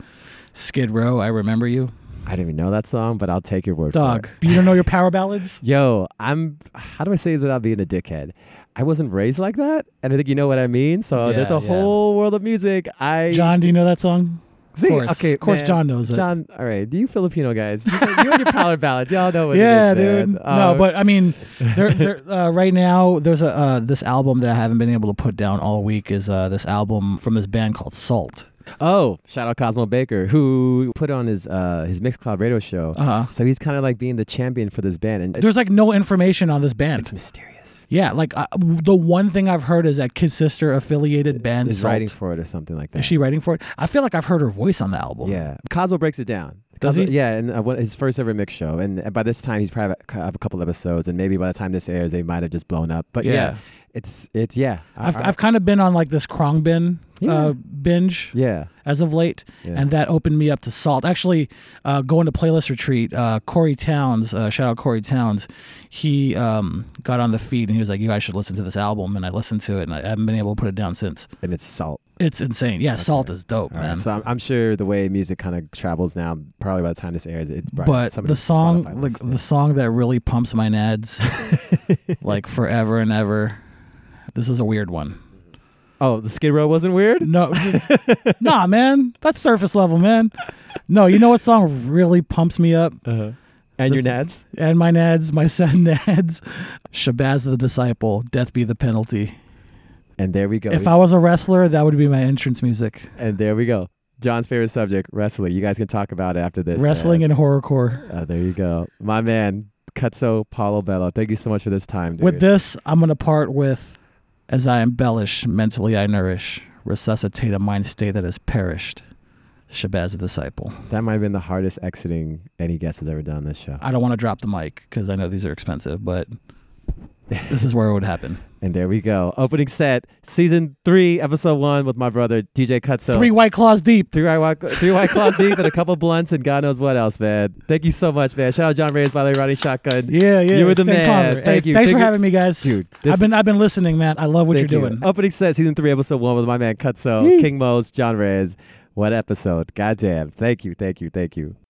C: Skid Row, I Remember You.
A: I didn't even know that song, but I'll take your word
C: Dog.
A: for it.
C: You don't know your power ballads?
A: Yo, I'm. How do I say this without being a dickhead? I wasn't raised like that, and I think you know what I mean. So
C: Yeah,
A: there's a
C: yeah.
A: whole world of music. I
C: John, do you know that song?
A: See,
C: Of course,
A: okay,
C: of course,
A: man.
C: John knows it.
A: John, all right, you Filipino guys, you, you and your power ballad, y'all know what
C: yeah,
A: it is, man.
C: dude.
A: Uh,
C: no, but I mean, there, there, uh, right now there's a uh, this album that I haven't been able to put down all week is uh, this album from this band called Salt.
A: oh, shout out Cosmo Baker who put on his uh his Mixcloud radio show.
C: Uh huh.
A: So he's kind of like being the champion for this band, and it's,
C: There's like no information on this band.
A: it's mysterious.
C: yeah, like uh, the one thing I've heard is that Kid Sister affiliated band
A: Is
C: Salt.
A: writing for it or something like that.
C: Is she writing for it? I feel like I've heard her voice on the album.
A: Yeah, Cosmo breaks it down.
C: Does
A: Cosmo-
C: he?
A: Yeah, and uh, what- his first ever mix show, and uh, by this time he's probably have a- have a couple episodes, and maybe by the time this airs, they might have just blown up. But yeah,
C: Yeah.
A: it's it's yeah, I-
C: I've,
A: I-
C: I've kind of been on like this Krongbin
A: Yeah.
C: uh, binge
A: yeah,
C: as of late,
A: Yeah.
C: and that opened me up to Salt. Actually, uh, going to playlist retreat, uh, Corey Towns, uh, shout out Corey Towns, he um, got on the feed and he was like, "You guys should listen to this album," and I listened to it, and I haven't been able to put it down since.
A: and it's salt.
C: It's insane. Yeah, Salt is dope,
A: All right,
C: man.
A: So I'm, I'm sure the way music kind of travels now, probably by the time this airs, it's probably
C: but
A: somebody's
C: the song,
A: Spotify
C: like
A: list.
C: the song that really pumps my nads, like forever and ever. This is a weird one.
A: oh, the Skid Row wasn't weird.
C: No, nah, man, that's surface level, man. No, you know what song really pumps me up?
A: Uh-huh. And your nads.
C: This- and my nads, my son nads, Shabazz the Disciple, Death Be the Penalty.
A: And there we go.
C: If I was a wrestler, that would be my entrance music.
A: and there we go. John's favorite subject, wrestling. You guys can talk about it after this.
C: Wrestling and horrorcore.
A: and there you go, my man, Cutso Paulo Bello. Thank you so much for this time. Dude.
C: With this, I'm going to part with As I embellish, mentally I nourish, resuscitate a mind state that has perished. Shabazz the Disciple.
A: That might have been the hardest exiting any guest has ever done on this show.
C: I don't want to drop the mic because I know these are expensive, but this is where it would happen.
A: And there we go. Opening set, season three, episode one with my brother DJ Cutso.
C: Three White Claws deep.
A: Three white, three white claws deep and a couple blunts and God knows what else, man. Thank you so much, man. Shout out John Reyes, by the way, Ronnie Shotgun.
C: Yeah, yeah.
A: You were the
C: Stan
A: man.
C: Conner.
A: Thank
C: Hey,
A: you.
C: Thanks
A: Thank
C: for
A: you.
C: having me, guys.
A: Dude, this-
C: I've been I've been listening, man. I love what
A: Thank
C: you're
A: you.
C: doing.
A: Opening set, season three, episode one with my man Cutso,
C: Yee.
A: King Mose, John Reyes. What episode? Goddamn. Thank you, thank you, thank you.